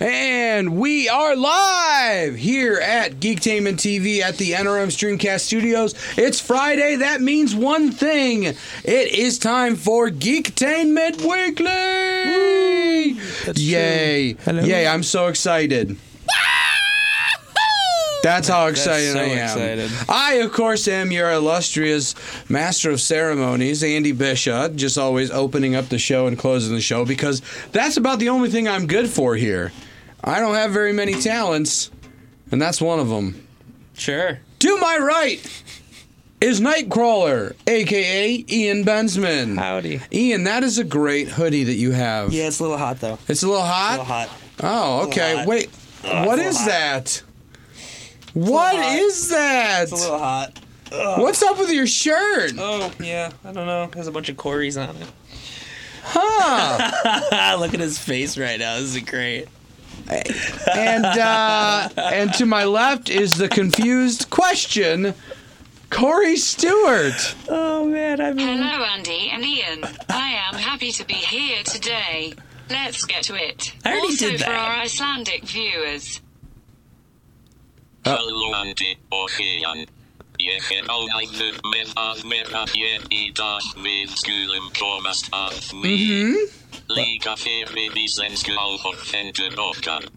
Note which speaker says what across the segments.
Speaker 1: And we are live here at Geektainment TV at the NRM Streamcast Studios. It's Friday. That means one thing. It is time for Geektainment Weekly. Yay.
Speaker 2: Hello.
Speaker 1: Yay, I'm so excited. That's how excited
Speaker 2: so
Speaker 1: I am.
Speaker 2: excited.
Speaker 1: I, of course, am your illustrious master of ceremonies, Andy Bishop, just always opening up the show and closing the show because that's about the only thing I'm good for here. I don't have very many talents, and that's one of them.
Speaker 2: Sure.
Speaker 1: To my right is Nightcrawler, aka Ian Bensman.
Speaker 2: Howdy.
Speaker 1: Ian, that is a great hoodie that you have.
Speaker 2: Yeah, it's a little hot though.
Speaker 1: It's a little hot.
Speaker 2: A little hot.
Speaker 1: Oh, okay.
Speaker 2: hot.
Speaker 1: Wait, what
Speaker 2: it's a little
Speaker 1: is
Speaker 2: hot.
Speaker 1: that? What
Speaker 2: hot.
Speaker 1: is that?
Speaker 2: It's a little hot.
Speaker 1: What's up with your shirt?
Speaker 2: Oh yeah, I don't know. Has a bunch of Corys on it.
Speaker 1: Huh?
Speaker 2: Ah, look at his face right now. This is great.
Speaker 1: and uh, and to my left is the confused question, Corey Stewart.
Speaker 2: Oh man, I mean,
Speaker 3: Hello, Andy and Ian. I am happy to be here today. Let's get to it.
Speaker 2: I already
Speaker 3: also
Speaker 2: did
Speaker 3: for
Speaker 2: that.
Speaker 3: our Icelandic viewers.
Speaker 4: Hello Andi og Heian. Ég er ánægður með að vera hér í dag við skulum komast að því. Líka fyrir íslensku áhorfendur okkar.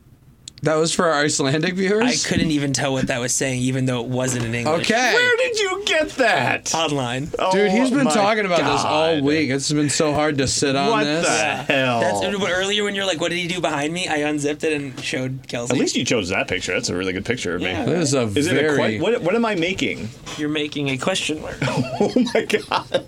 Speaker 1: That was for our Icelandic
Speaker 2: I
Speaker 1: viewers.
Speaker 2: couldn't even tell what that was saying, even though it wasn't in English.
Speaker 1: okay.
Speaker 5: Where did you get that?
Speaker 2: Online.
Speaker 1: Dude, he's
Speaker 5: Oh
Speaker 1: been
Speaker 5: my
Speaker 1: talking about this all
Speaker 5: God.
Speaker 1: week. It's been so hard to sit on
Speaker 5: What
Speaker 1: this.
Speaker 5: the hell?
Speaker 2: That's earlier when you're like, "What did he do behind me?" I unzipped it and showed Kelsey.
Speaker 5: At least you chose that picture. That's a really good picture of
Speaker 2: Yeah.
Speaker 5: me.
Speaker 1: This is a
Speaker 5: Is
Speaker 1: very
Speaker 5: it a quite, what, what am I making?
Speaker 2: you're making a question mark.
Speaker 5: Oh my god.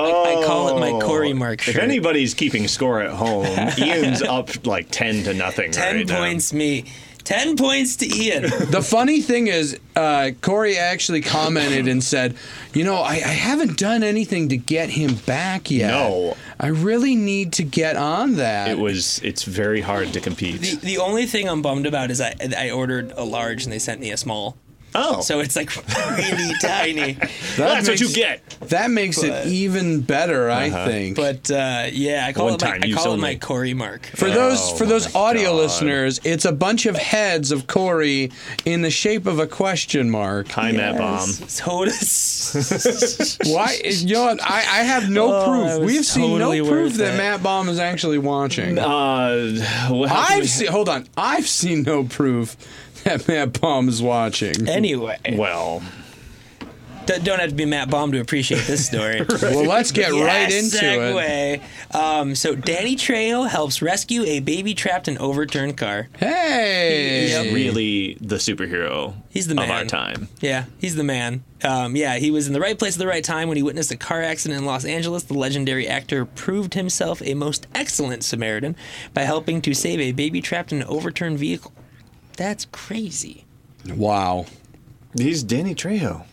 Speaker 2: I call it my Cory mark
Speaker 5: Oh. If
Speaker 2: shirt.
Speaker 5: anybody's keeping score at home, Ian's up like 10 to nothing
Speaker 2: Ten
Speaker 5: right
Speaker 2: points, me. Ten points to Ian.
Speaker 1: The funny thing is, uh, Corey actually commented and said, "You know, I, I haven't done anything to get him back yet.
Speaker 5: No.
Speaker 1: I really need to get on that."
Speaker 5: now. It was it's very hard to compete.
Speaker 2: The, the only thing I'm bummed about is I I ordered a large and they sent me a small.
Speaker 5: oh.
Speaker 2: So it's like really tiny.
Speaker 1: That
Speaker 5: that's what
Speaker 1: makes-
Speaker 5: you get.
Speaker 1: That makes it
Speaker 2: But-
Speaker 1: even better, I
Speaker 5: Uh-huh.
Speaker 1: think.
Speaker 2: But uh, yeah, I call
Speaker 5: One
Speaker 2: it my,
Speaker 5: time
Speaker 2: I
Speaker 5: use
Speaker 2: call it
Speaker 5: only.
Speaker 2: my Corey mark.
Speaker 1: for those
Speaker 5: Oh
Speaker 1: for those
Speaker 5: my
Speaker 1: audio
Speaker 5: God.
Speaker 1: listeners, it's a bunch of heads of Corey in the shape of a question mark.
Speaker 5: Time that bomb.
Speaker 2: Sodas.
Speaker 1: Why? You know, what? I, I have no
Speaker 2: Oh, that
Speaker 1: proof.
Speaker 2: was
Speaker 1: We've seen
Speaker 2: totally
Speaker 1: no proof
Speaker 2: worth
Speaker 1: that
Speaker 2: it.
Speaker 1: Matt Baum is actually watching.
Speaker 5: Uh, well, how can we-
Speaker 1: I've seen. Hold on. I've seen no proof that Matt Baum is watching.
Speaker 2: anyway,
Speaker 5: well,
Speaker 2: d- don't have to be Matt Baum to appreciate this story.
Speaker 1: Well, let's get right
Speaker 2: Yes,
Speaker 1: into it.
Speaker 2: segue. Um, so Danny Trejo helps rescue a baby trapped in overturned car.
Speaker 1: Hey.
Speaker 2: Yep.
Speaker 5: really the superhero
Speaker 2: He's the
Speaker 5: of our
Speaker 2: man.
Speaker 5: time.
Speaker 2: Yeah, he's the man. Um, yeah, he was in the right place at the right time when he witnessed a car accident in Los Angeles. The legendary actor proved himself a most excellent Samaritan by helping to save a baby trapped in an overturned vehicle. That's crazy.
Speaker 1: Wow.
Speaker 5: He's Danny Trejo.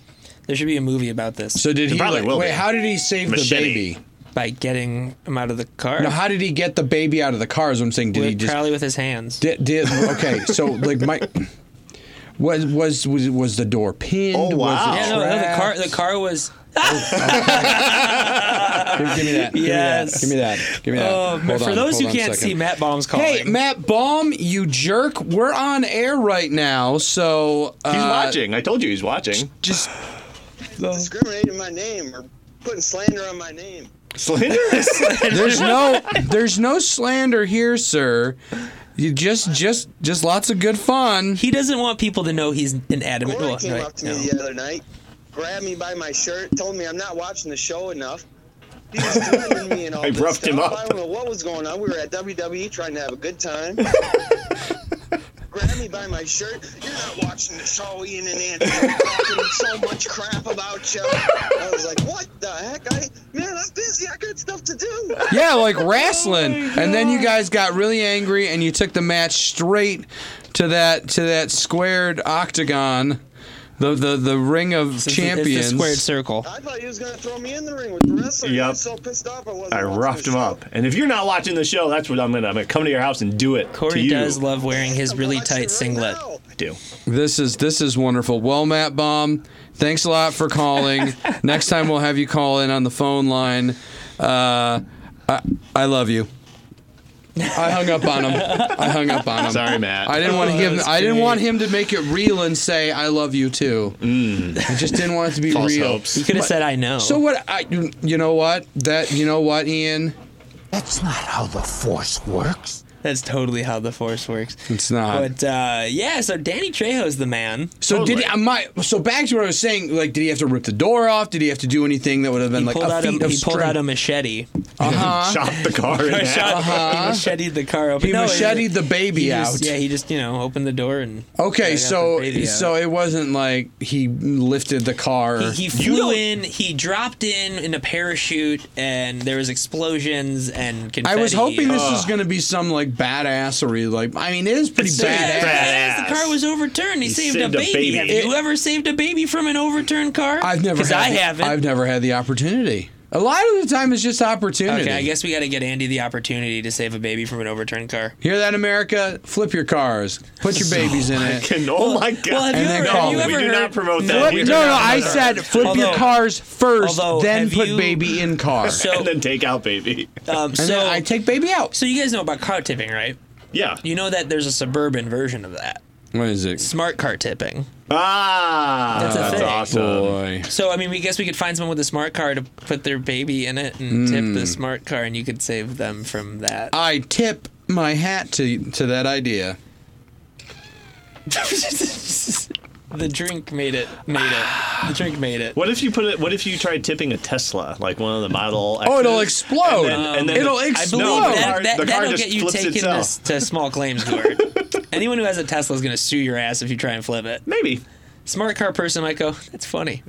Speaker 2: There should be a movie about this
Speaker 1: So did he?
Speaker 5: probably
Speaker 1: like-
Speaker 5: will
Speaker 1: wait,
Speaker 5: be.
Speaker 1: how did he save
Speaker 5: Machete.
Speaker 1: the baby?
Speaker 2: by getting him out of the car.
Speaker 1: Now, how did he get the baby out of the car? Is what I'm saying. Did
Speaker 2: with,
Speaker 1: he just?
Speaker 2: probably with his hands.
Speaker 1: Did, did okay? So like my. Was, was was was the door pinned?
Speaker 5: Oh, wow.
Speaker 1: Was
Speaker 2: yeah,
Speaker 1: it
Speaker 2: no, no, the
Speaker 1: trapped?
Speaker 2: car. The car
Speaker 1: Uh,
Speaker 2: was.
Speaker 1: Give, give me that.
Speaker 2: Yes.
Speaker 1: Give me that. Give me that. Give me that.
Speaker 2: Oh,
Speaker 1: Hold
Speaker 2: for
Speaker 1: on, hold
Speaker 2: those who
Speaker 1: on a
Speaker 2: can't
Speaker 1: second.
Speaker 2: see, Matt Baum's calling.
Speaker 1: Hey, Matt Baum, you jerk! We're on air right now, so uh,
Speaker 5: He's watching. I told you he's watching.
Speaker 1: Just
Speaker 6: discriminating my name or putting slander on my name.
Speaker 5: Slender?
Speaker 1: There's no there's no slander here, sir. You just just just lots of good fun.
Speaker 2: He doesn't want people to know he's an adamant.
Speaker 6: Corey
Speaker 2: well,
Speaker 6: came
Speaker 2: right,
Speaker 6: up to
Speaker 2: no.
Speaker 6: me uh, the other night, grabbed me by my shirt, told me I'm not watching the show enough. He was threatening me and all
Speaker 5: I
Speaker 6: this
Speaker 5: roughed
Speaker 6: stuff.
Speaker 5: him up.
Speaker 6: I don't know what was going on. We were at WWE trying to have a good time. grabbed me by my shirt. You're not watching the show, Ian and Andy. They're talking so much crap about you. I was like, what the heck? I man, I'm busy. I got stuff to do.
Speaker 1: Yeah, like wrestling. and then you guys got really angry and you took the match straight to that to that squared octagon. The, the, the ring of
Speaker 2: It's the- it's
Speaker 1: champions.
Speaker 2: the squared circle.
Speaker 6: I thought he was gonna throw me in the ring with the wrestler. I was
Speaker 5: Yep.
Speaker 6: so pissed off I wasn't.
Speaker 5: I
Speaker 6: watching
Speaker 5: roughed
Speaker 6: the
Speaker 5: him
Speaker 6: show.
Speaker 5: up. And if you're not watching the show, that's what I'm gonna. I'm gonna come to your house and do it. to
Speaker 2: Corey
Speaker 5: you.
Speaker 2: does love wearing his
Speaker 6: I'm
Speaker 2: really
Speaker 6: watching
Speaker 2: tight
Speaker 6: it right
Speaker 2: singlet.
Speaker 6: now.
Speaker 5: I do.
Speaker 1: This is this is wonderful. Well, Matt Baum, thanks a lot for calling. Next time we'll have you call in on the phone line. Uh, I, I love you. I hung up on him. I hung up on him.
Speaker 5: Sorry, Matt.
Speaker 1: I didn't want to
Speaker 2: Oh,
Speaker 1: give.
Speaker 2: that's
Speaker 1: I didn't
Speaker 2: great.
Speaker 1: want him to make it real and say "I love you too."
Speaker 2: Mm.
Speaker 1: I just didn't want it to be
Speaker 5: False
Speaker 1: real.
Speaker 5: hopes.
Speaker 2: You could have said, I know.
Speaker 1: So what? I you know what that you know what Ian?
Speaker 7: That's not how the Force works.
Speaker 2: That's totally how the Force works.
Speaker 1: It's not.
Speaker 2: But uh, yeah, so Danny Trejo's the man.
Speaker 1: so did he, my so back to what I was saying. Like, did he have to rip the door off? Did he have to do anything that would have been
Speaker 2: He,
Speaker 1: like
Speaker 2: pulled,
Speaker 1: a
Speaker 2: out a,
Speaker 1: feat of
Speaker 2: he pulled out a
Speaker 1: strength? Uh-huh.
Speaker 2: machete.
Speaker 5: Shot the car in half.
Speaker 2: Shot, Uh-huh. He macheted the car open.
Speaker 1: He
Speaker 2: No, it-
Speaker 1: macheted the baby
Speaker 2: he
Speaker 1: out.
Speaker 2: just- yeah, he just you know opened the door and.
Speaker 1: okay,
Speaker 2: got
Speaker 1: so
Speaker 2: the baby out.
Speaker 1: so it wasn't like he lifted the car.
Speaker 2: He, he flew in. He dropped in in a parachute, and there was explosions and
Speaker 1: I
Speaker 2: confetti. Oh,
Speaker 1: was hoping this was
Speaker 5: Ugh.
Speaker 1: going to be so like badassery. Like, I mean, it is pretty
Speaker 2: So
Speaker 1: badass.
Speaker 2: yeah,
Speaker 5: Badass.
Speaker 2: The car was overturned. He, saved, a baby. Have
Speaker 5: baby.
Speaker 2: you ever saved a baby from an overturned car?
Speaker 1: I've never
Speaker 2: Because
Speaker 1: had
Speaker 2: I
Speaker 1: the-
Speaker 2: haven't.
Speaker 1: I've never had the opportunity. A lot of the time, it's just opportunity.
Speaker 2: okay, I guess we got to get Andy the opportunity to save a baby from an overturned car.
Speaker 1: Hear that, America? Flip your cars. Put your babies in it.
Speaker 5: Can- oh my god.
Speaker 2: Well, have you
Speaker 1: then
Speaker 2: ever,
Speaker 1: call
Speaker 2: have you
Speaker 1: it.
Speaker 2: ever
Speaker 5: we do
Speaker 2: heard,
Speaker 5: not promote that.
Speaker 1: Flip,
Speaker 5: here.
Speaker 1: no, no, I said flip your
Speaker 2: Although-
Speaker 1: cars first,
Speaker 2: although,
Speaker 1: then
Speaker 2: have
Speaker 1: put
Speaker 2: you-
Speaker 1: baby in car.
Speaker 2: So,
Speaker 5: and then take out baby.
Speaker 2: um,
Speaker 1: and
Speaker 2: so,
Speaker 1: then I take baby out.
Speaker 2: so you guys know about car tipping, right?
Speaker 5: Yeah.
Speaker 2: You know that there's a suburban version of that,
Speaker 1: What is it?
Speaker 2: smart car tipping.
Speaker 5: Ah,
Speaker 2: That's
Speaker 5: that's,
Speaker 2: a thing.
Speaker 5: awesome.
Speaker 1: Boy.
Speaker 2: So I mean, we guess we could find someone with a smart car to put their baby in it and tip the smart car, and you could save them from that.
Speaker 1: I tip my hat to to that idea.
Speaker 2: the drink made it. Made it. The drink made it.
Speaker 5: What if you put it? What if you tried tipping a Tesla, like one of the Model? X's,
Speaker 1: Oh, it'll explode. It'll
Speaker 5: the-
Speaker 2: I
Speaker 1: explode.
Speaker 2: believe
Speaker 5: No, the car-
Speaker 2: Um, that, that,
Speaker 5: the car
Speaker 2: that'll
Speaker 5: just
Speaker 2: get you
Speaker 5: flips
Speaker 2: taken to,
Speaker 5: itself.
Speaker 2: s- to small claims court. Anyone who has a Tesla is going to sue your ass if you try and flip it.
Speaker 5: Maybe.
Speaker 2: Smart car person might go, that's funny.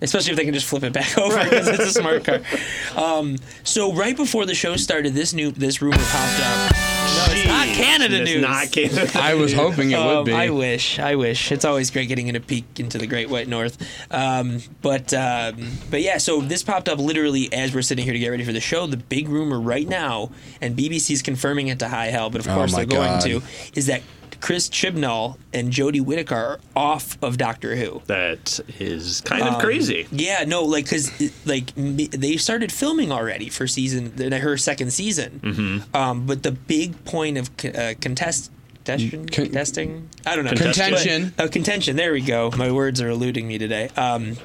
Speaker 2: Especially if they can just flip it back over because it's a smart car. Um, so right before the show started, this new this rumor popped up.
Speaker 5: it's
Speaker 2: not Canada
Speaker 5: it's
Speaker 2: news.
Speaker 5: Not Canada.
Speaker 1: I was hoping it would
Speaker 2: Um,
Speaker 1: be.
Speaker 2: I wish, I wish. It's always great getting in a peek into the Great White North. Um, but um, but yeah, so this popped up literally as we're sitting here to get ready for the show. The big rumor right now, and BBC's confirming it to high hell, but of
Speaker 1: Oh
Speaker 2: course
Speaker 1: my
Speaker 2: they're going
Speaker 1: God.
Speaker 2: to, is that Chris Chibnall and Jodie Whittaker are off of Doctor Who.
Speaker 5: That is kind of crazy.
Speaker 2: Um, Yeah, no, like because like m- they started filming already for season her second season. Mm-hmm. Um, but the big point of c- uh, contest. Contestion,
Speaker 1: Mm, Con-
Speaker 2: contesting. I don't know.
Speaker 5: Contesting.
Speaker 1: Contention.
Speaker 2: But- oh, contention. There we go. My words are eluding me today. Um,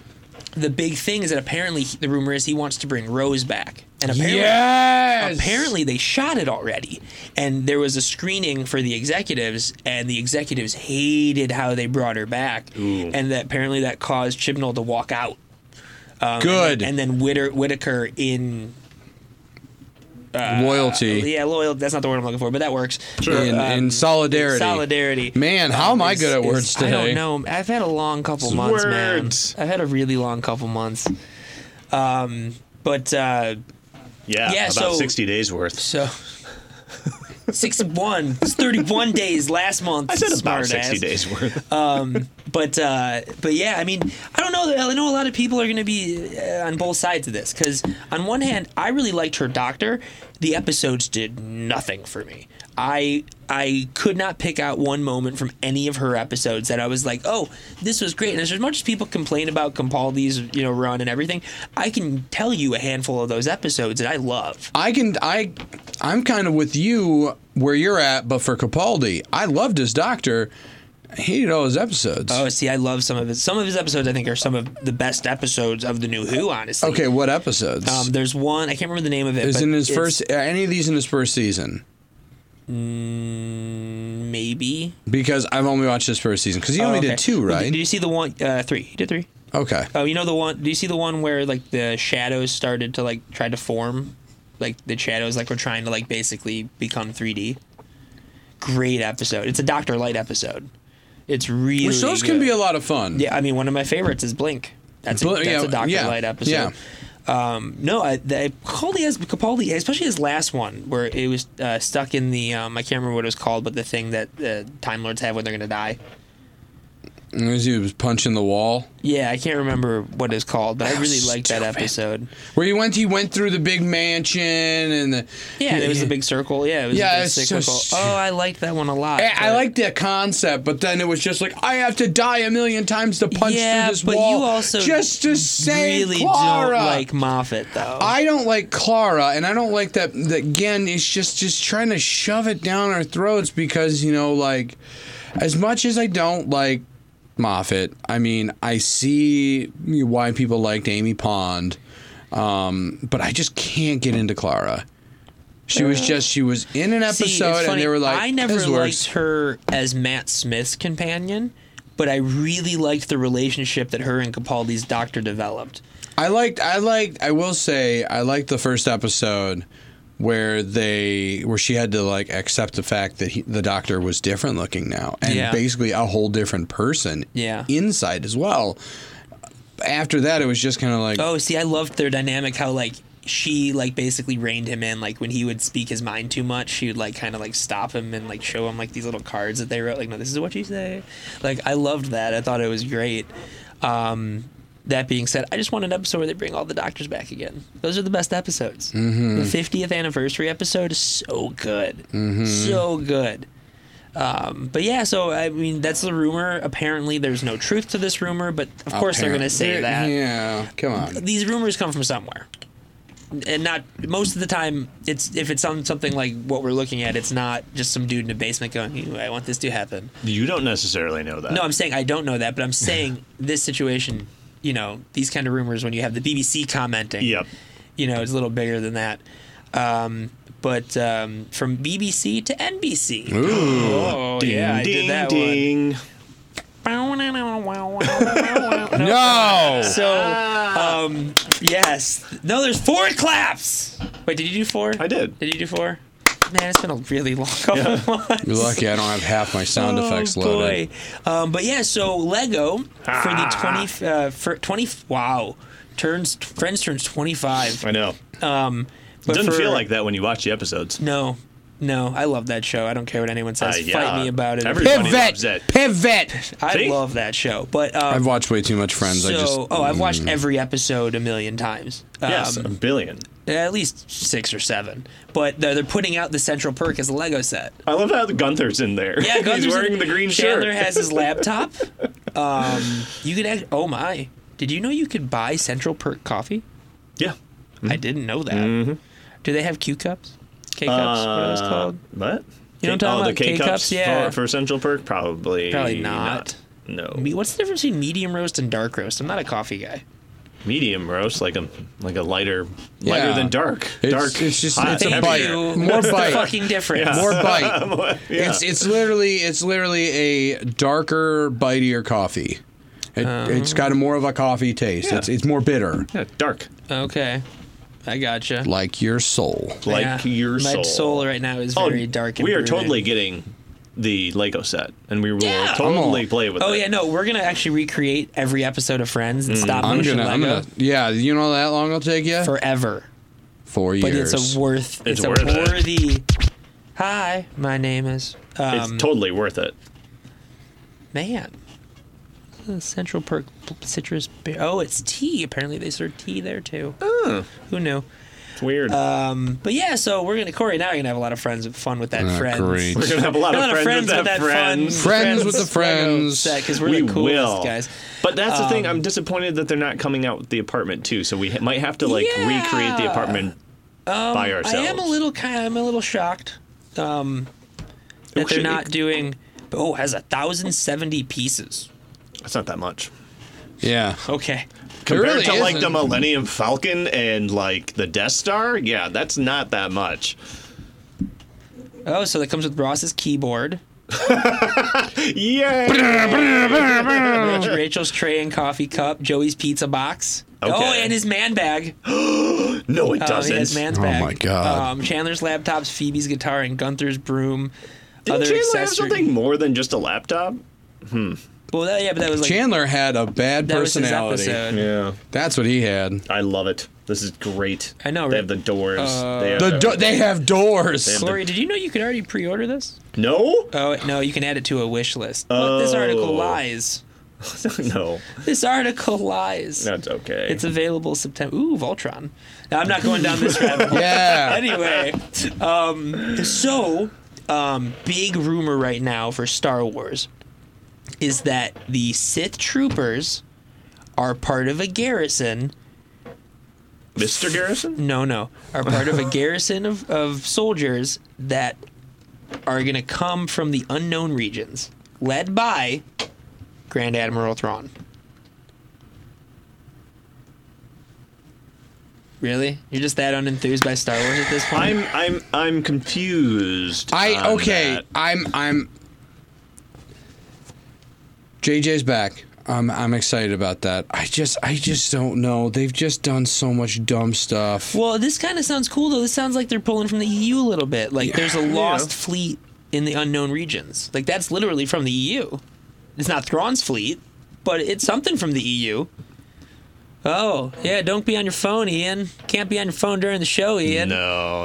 Speaker 2: the big thing is that apparently he- the rumor is he wants to bring Rose back, and apparently,
Speaker 1: yes.
Speaker 2: apparently they shot it already, and there was a screening for the executives, and the executives hated how they brought her back, and that apparently that caused Chibnall to walk out
Speaker 1: good
Speaker 2: and then Whitter, Whitaker in
Speaker 1: uh, loyalty
Speaker 2: yeah loyal. That's not the word I'm looking for, but that works.
Speaker 1: in,
Speaker 2: Um,
Speaker 1: in solidarity.
Speaker 2: solidarity.
Speaker 1: Man, how am I
Speaker 2: is-
Speaker 1: good at
Speaker 2: is-
Speaker 1: words today?
Speaker 2: I don't know. I've had a long couple months,
Speaker 5: Words.
Speaker 2: man. I've had a really long couple months. Um, but uh,
Speaker 5: Yeah,
Speaker 2: Yeah,
Speaker 5: about
Speaker 2: so-
Speaker 5: sixty days worth.
Speaker 2: so. 61 it's 31 days last month
Speaker 5: I said about
Speaker 2: smart
Speaker 5: sixty
Speaker 2: ass.
Speaker 5: days worth.
Speaker 2: but uh, but yeah, I mean, I don't know. I know a lot of people are going to be uh, on both sides of this because on one hand, I really liked her doctor. The episodes did nothing for me. I I could not pick out one moment from any of her episodes that I was like, oh, this was great. And as much as people complain about Capaldi's you know run and everything, I can tell you a handful of those episodes that I love.
Speaker 1: I can I I'm kind of with you where you're at, but for Capaldi, I loved his doctor. I hated all his episodes.
Speaker 2: Oh, see, I love some of his some of his episodes. I think are some of the best episodes of the new Who, honestly.
Speaker 1: okay, what episodes?
Speaker 2: Um, there's one I can't remember the name of it.
Speaker 1: is
Speaker 2: but
Speaker 1: in his
Speaker 2: it's-
Speaker 1: first are any of these in his first season?
Speaker 2: maybe.
Speaker 1: Because I've only watched his first season because he only
Speaker 2: Oh, okay.
Speaker 1: did two,
Speaker 2: Well,
Speaker 1: right?
Speaker 2: Did, did you see the one? Uh, three. He did three.
Speaker 1: okay.
Speaker 2: Oh, you know the one. Do you see the one where like the shadows started to like try to form, like the shadows like were trying to like basically become 3D. Great episode. It's a Doctor Light episode. It's really
Speaker 1: Which those can
Speaker 2: good.
Speaker 1: be a lot of fun.
Speaker 2: Yeah, I mean, one of my favorites is Blink. That's,
Speaker 1: Bl-
Speaker 2: a, that's
Speaker 1: yeah,
Speaker 2: a Doctor
Speaker 1: yeah,
Speaker 2: Light episode.
Speaker 1: yeah.
Speaker 2: Um, no, I, the, Capaldi has Capaldi, especially his last one where it was uh, stuck uh, in the um, I can't remember what it was called, but the thing that the Time Lords have when they're gonna die.
Speaker 1: And as he was punching the wall,
Speaker 2: Yeah, I can't remember what it's called, but I really liked that
Speaker 1: stupid.
Speaker 2: episode.
Speaker 1: where he went, he went through the big mansion and the
Speaker 2: Yeah, and it was a big circle. Yeah, it was
Speaker 1: Yeah,
Speaker 2: a big
Speaker 1: it's so
Speaker 2: cyclical.
Speaker 1: stu-
Speaker 2: oh, I liked that one a lot.
Speaker 1: I, I
Speaker 2: but-
Speaker 1: like the concept, but then it was just like I have to die a million times to punch
Speaker 2: yeah,
Speaker 1: through this
Speaker 2: but
Speaker 1: wall
Speaker 2: you also
Speaker 1: just to save
Speaker 2: really
Speaker 1: Clara.
Speaker 2: don't like Moffat though.
Speaker 1: I don't like Clara, and I don't like that. That Gen is just just trying to shove it down our throats because you know, like, as much as I don't like Moffat, I mean, I see why people liked Amy Pond, um, but I just can't get into Clara. She was just she was in an
Speaker 2: See,
Speaker 1: episode,
Speaker 2: it's
Speaker 1: and
Speaker 2: funny,
Speaker 1: they were like,
Speaker 2: I never
Speaker 1: "This
Speaker 2: liked
Speaker 1: works."
Speaker 2: her as Matt Smith's companion, but I really liked the relationship that her and Capaldi's doctor developed.
Speaker 1: I liked I liked I will say I liked the first episode where they where she had to like accept the fact that he, the doctor was different looking now and
Speaker 2: Yeah.
Speaker 1: basically a whole different person
Speaker 2: Yeah.
Speaker 1: inside as well. After that it was just kind of like
Speaker 2: Oh, see, I loved their dynamic. How like she like basically reined him in. Like when he would speak his mind too much, she would like kind of like stop him and like show him like these little cards that they wrote. Like, no, this is what you say. Like I loved that. I thought it was great. Um, that being said, I just want an episode where they bring all the doctors back again. Those are the best episodes. The 50th anniversary episode is so good, so good. Um, But yeah, so I mean, that's the rumor. Apparently, there's no truth to this rumor, but of course they're going to say that
Speaker 1: Yeah, come on.
Speaker 2: these rumors come from somewhere and not most of the time it's if it's on something like what we're looking at it's not just some dude in a basement going "Ooh, i want this to happen
Speaker 5: You don't necessarily know that.
Speaker 2: no i'm saying i don't know that but i'm saying this situation you know these kind of rumors when you have the bbc commenting
Speaker 5: Yep.
Speaker 2: you know it's a little bigger than that um, but um, from bbc to nbc oh yeah i did that
Speaker 5: ding.
Speaker 2: one
Speaker 1: No.
Speaker 2: so,
Speaker 5: Ah.
Speaker 2: um, yes. No, there's four claps. Wait, did you do four?
Speaker 5: I did.
Speaker 2: Did you do four? Man, it's been a really long couple of months.
Speaker 1: You're lucky I don't have half my sound
Speaker 2: Oh,
Speaker 1: effects loaded.
Speaker 2: Um, but yeah, so Lego
Speaker 5: Ah.
Speaker 2: for the 20, uh, for 20, wow, turns, Friends turns 25.
Speaker 5: I know.
Speaker 2: But
Speaker 5: It doesn't
Speaker 2: Uh, for-
Speaker 5: feel like that when you watch the episodes.
Speaker 2: No, no, I love that show. I don't care what anyone says.
Speaker 5: Uh,
Speaker 2: Fight
Speaker 5: yeah.
Speaker 2: me about it.
Speaker 5: Everybody- loves it.
Speaker 1: Pivot. Pivot.
Speaker 2: I
Speaker 5: See?
Speaker 2: love that show. But, um,
Speaker 1: I've watched way too much Friends.
Speaker 2: so,
Speaker 1: I just Mm.
Speaker 2: oh, I've watched every episode a million times. Um,
Speaker 5: Yes, a billion.
Speaker 2: at least six or seven. But they're, they're putting out the Central Perk as a Lego set.
Speaker 5: I love how Gunther's in there.
Speaker 2: Gunther's
Speaker 5: he's
Speaker 2: in-
Speaker 5: wearing the green
Speaker 2: Chandler
Speaker 5: shirt.
Speaker 2: has his laptop. Um, you could act. Oh my! Did you know you could buy Central Perk coffee?
Speaker 5: yeah.
Speaker 2: I
Speaker 5: Mm-hmm.
Speaker 2: didn't know that. Do they have Q cups? K cups? what are those called?
Speaker 5: Uh, What?
Speaker 2: You know what I'm
Speaker 5: K-
Speaker 2: talking
Speaker 5: oh,
Speaker 2: about?
Speaker 5: the K
Speaker 2: K-cups,
Speaker 5: cups
Speaker 2: yeah.
Speaker 5: for, for Central Perk? Probably
Speaker 2: Probably not.
Speaker 5: No.
Speaker 2: Me- What's the difference between medium roast and dark roast? I'm not a coffee guy.
Speaker 5: Medium roast, like a like a lighter lighter
Speaker 1: Yeah.
Speaker 5: than dark.
Speaker 1: It's-
Speaker 5: dark.
Speaker 1: it's just-
Speaker 5: hot,
Speaker 1: it's a
Speaker 5: heavier.
Speaker 1: bite.
Speaker 2: You-
Speaker 1: More
Speaker 2: what's
Speaker 1: bite.
Speaker 2: The fucking difference.
Speaker 1: more bite.
Speaker 5: Yeah.
Speaker 1: It's it's literally it's literally a darker, bitier coffee. It,
Speaker 2: Oh.
Speaker 1: it's got a more of a coffee taste. It's
Speaker 5: Yeah.
Speaker 1: it's more bitter,
Speaker 5: Yeah, dark.
Speaker 2: Okay, I gotcha.
Speaker 1: like your soul.
Speaker 5: Like
Speaker 2: Yeah.
Speaker 5: your soul.
Speaker 2: My soul right now is
Speaker 5: Oh,
Speaker 2: very dark. And
Speaker 5: we are
Speaker 2: brooding.
Speaker 5: totally getting the Lego set, and we will
Speaker 2: Yeah.
Speaker 5: totally
Speaker 1: I'm all-
Speaker 5: play with
Speaker 2: Oh
Speaker 5: it.
Speaker 2: yeah, no, we're gonna actually recreate every episode of Friends and stop
Speaker 1: Mm, I'm
Speaker 2: motion
Speaker 1: gonna,
Speaker 2: Lego
Speaker 1: I'm gonna, yeah. You know that long it'll take you?
Speaker 2: forever.
Speaker 1: Four
Speaker 2: But
Speaker 1: years.
Speaker 2: it's a worth. It's,
Speaker 5: It's
Speaker 2: a
Speaker 5: worth it.
Speaker 2: worthy. Hi, my name is.
Speaker 5: It's
Speaker 2: Um,
Speaker 5: totally worth it.
Speaker 2: man. Uh, Central Perk citrus. Beer. Oh, it's tea. Apparently they serve tea there too.
Speaker 1: Oh.
Speaker 2: Who knew?
Speaker 5: It's weird.
Speaker 2: uh, But yeah, so we're gonna Corey and I are gonna have a lot of friends fun with that
Speaker 1: Ah,
Speaker 2: friends.
Speaker 1: great.
Speaker 5: We're gonna have a lot
Speaker 2: A
Speaker 5: of
Speaker 2: lot
Speaker 5: friends, with that, friends.
Speaker 2: fun
Speaker 1: Friends with the friends.
Speaker 2: because we're
Speaker 5: We
Speaker 2: the coolest
Speaker 5: will,
Speaker 2: guys.
Speaker 5: But that's the
Speaker 2: Um,
Speaker 5: thing. I'm disappointed that they're not coming out with the apartment too. So we ha- might have to like
Speaker 2: Yeah. Um,
Speaker 5: recreate the apartment by ourselves.
Speaker 2: I am a little kind. I'm a little shocked um, that they're
Speaker 5: should-
Speaker 2: not doing. Oh, it has a thousand seventy pieces.
Speaker 5: That's not that much
Speaker 1: yeah.
Speaker 2: Okay.
Speaker 5: compared
Speaker 1: really
Speaker 5: to like the
Speaker 1: isn't.
Speaker 5: Millennium Falcon and like the Death Star. Yeah, that's not that much.
Speaker 2: Oh, so that comes with Ross's keyboard,
Speaker 5: Yeah. Mm.
Speaker 2: Rachel's tray and coffee cup, Joey's pizza box. Oh,
Speaker 5: Okay.
Speaker 2: and his man bag.
Speaker 5: no, it
Speaker 2: Um, he has
Speaker 5: doesn't.
Speaker 2: man's
Speaker 1: Oh
Speaker 2: bag.
Speaker 1: my God.
Speaker 2: Um, Chandler's laptops, Phoebe's guitar, and Gunther's broom.
Speaker 5: Didn't
Speaker 2: other
Speaker 5: Chandler have
Speaker 2: accessory-
Speaker 5: something more than just a laptop?
Speaker 2: Well, that, yeah, but that was like
Speaker 1: Chandler had a bad
Speaker 2: that was his
Speaker 1: personality.
Speaker 2: episode.
Speaker 5: Yeah.
Speaker 1: That's what he had.
Speaker 5: I love it. This is great.
Speaker 2: I know, right?
Speaker 5: They
Speaker 2: Uh,
Speaker 5: have the doors. they have
Speaker 1: The do- they have doors.
Speaker 5: Damn.
Speaker 2: Corey, did you know you could already pre-order this?
Speaker 5: no.
Speaker 2: Oh no, you can add it to a wish list. Look, this
Speaker 5: Oh.
Speaker 2: article lies.
Speaker 5: no,
Speaker 2: This article lies.
Speaker 5: that's okay.
Speaker 2: It's available September. Ooh, Voltron. Now, I'm not going down this rabbit hole.
Speaker 1: Yeah.
Speaker 2: Anyway, um, so um, big rumor right now for Star Wars is that the Sith troopers are part of a garrison.
Speaker 5: Mr. Garrison.
Speaker 2: No, no, are part of a garrison of, of soldiers that are going to come from the unknown regions, led by Grand Admiral Thrawn. Really? You're just that unenthused by Star Wars at this point?
Speaker 5: I'm I'm I'm confused.
Speaker 1: I
Speaker 5: on
Speaker 1: okay.
Speaker 5: that.
Speaker 1: I'm I'm. JJ's back. I'm I'm excited about that. I just I just don't know. They've just done so much dumb stuff.
Speaker 2: Well, this kind of sounds cool though. This sounds like they're pulling from the EU a little bit. Like there's a lost fleet in the unknown regions. Like that's literally from the EU. It's not Thrawn's fleet, but it's something from the EU. Oh, yeah, don't be on your phone, Ian. Can't be on your phone during the show, Ian.
Speaker 5: No,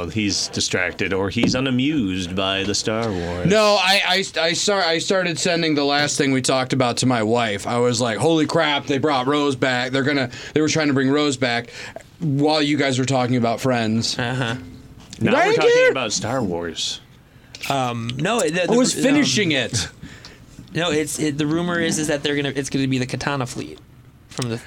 Speaker 5: Oh, he's distracted or he's unamused by the Star Wars.
Speaker 1: No, I I I, star- I started sending the last thing we talked about to my wife. I was like, "Holy crap! They brought Rose back. They're gonna they were trying to bring Rose back." While you guys were talking about Friends,
Speaker 2: Uh, Uh-huh.
Speaker 5: now we're
Speaker 1: Right
Speaker 5: talking
Speaker 1: here?
Speaker 5: about Star Wars.
Speaker 2: No, it- the,
Speaker 1: I was
Speaker 2: the-
Speaker 1: finishing it.
Speaker 2: um, no, it's it, the rumor is is that they're gonna it's gonna be the Katana fleet from the.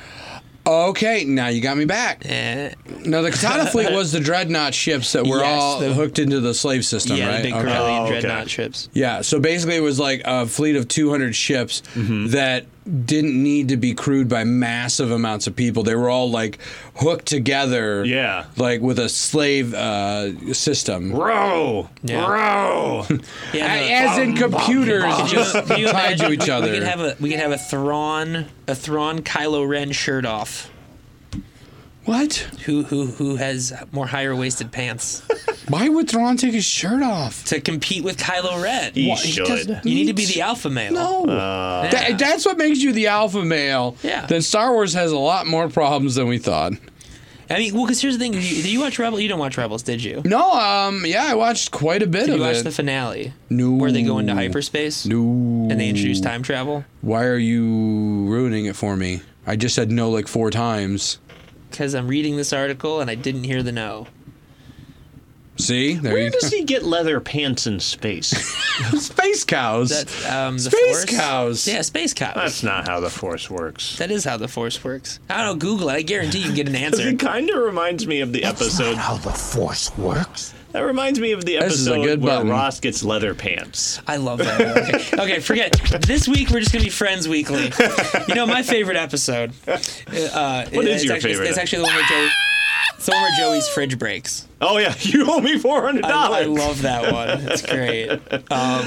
Speaker 1: Okay, now you got me back.
Speaker 2: Eh,
Speaker 1: Now the Katana fleet was the dreadnought ships that were
Speaker 2: Yes,
Speaker 1: all
Speaker 2: the-
Speaker 1: hooked into the slave system,
Speaker 2: yeah,
Speaker 1: right?
Speaker 2: the big
Speaker 1: Okay.
Speaker 2: Corellian
Speaker 5: Oh, okay.
Speaker 2: dreadnought ships.
Speaker 1: Yeah, so basically it was like a fleet of 200 ships
Speaker 2: Mm-hmm.
Speaker 1: that didn't need to be crewed by massive amounts of people. They were all like hooked together.
Speaker 5: Yeah.
Speaker 1: Like with a slave uh, system.
Speaker 5: Bro,
Speaker 2: Yeah.
Speaker 5: bro.
Speaker 2: Yeah, the-
Speaker 1: As in computers just
Speaker 2: Can you
Speaker 1: tied to
Speaker 2: imagine-
Speaker 1: each other.
Speaker 2: We could have a we could have a Thrawn a Thrawn Kylo Ren shirt off.
Speaker 1: what?
Speaker 2: Who who who has more higher waisted pants
Speaker 1: Why would Thrawn take his shirt off?
Speaker 2: to compete with Kylo Ren?
Speaker 5: He
Speaker 2: You
Speaker 1: Why- he
Speaker 5: should.
Speaker 1: doesn't-
Speaker 2: need to be the alpha male.
Speaker 1: No. That- that's what makes you the alpha male.
Speaker 2: Uh, Yeah.
Speaker 1: Then Star Wars has a lot more problems than we thought.
Speaker 2: I mean, well, because here's the thing: you, did you watch Rebels? You didn't watch Rebels, did you?
Speaker 1: No, um, yeah, I watched quite a bit
Speaker 2: Did
Speaker 1: of
Speaker 2: you watch
Speaker 1: it.
Speaker 2: the finale
Speaker 1: no.
Speaker 2: where they go into hyperspace
Speaker 1: No.
Speaker 2: and they introduce time travel?
Speaker 1: Why are you ruining it for me? I just said no like four times.
Speaker 2: Because I'm reading this article and I didn't hear the no.
Speaker 1: See, there
Speaker 5: Where
Speaker 1: you
Speaker 5: does
Speaker 1: go.
Speaker 5: he get leather pants in space?
Speaker 1: Space cows.
Speaker 2: That's um, the
Speaker 1: Space
Speaker 2: force.
Speaker 1: cows.
Speaker 2: Yeah, space cows.
Speaker 5: That's not how the Force works.
Speaker 2: That is how the force works. I don't know. Google it. I guarantee you can get an answer.
Speaker 5: It kind of reminds me of the
Speaker 7: That's not
Speaker 5: episode.
Speaker 7: how the force works.
Speaker 5: That reminds me of the
Speaker 1: This is a
Speaker 5: episode
Speaker 1: good
Speaker 5: where
Speaker 1: button.
Speaker 5: Ross gets leather pants.
Speaker 2: I love that. Okay. okay, forget. This week we're just gonna be friends weekly. You know my favorite episode. Uh,
Speaker 5: What
Speaker 2: it-
Speaker 5: is
Speaker 2: it's
Speaker 5: your
Speaker 2: actually,
Speaker 5: favorite?
Speaker 2: It's actually the one where Joey. It's the one where Joey's fridge breaks.
Speaker 5: Oh yeah, you owe me four hundred
Speaker 2: I, I
Speaker 5: dollars.
Speaker 2: love that one. It's great. Um,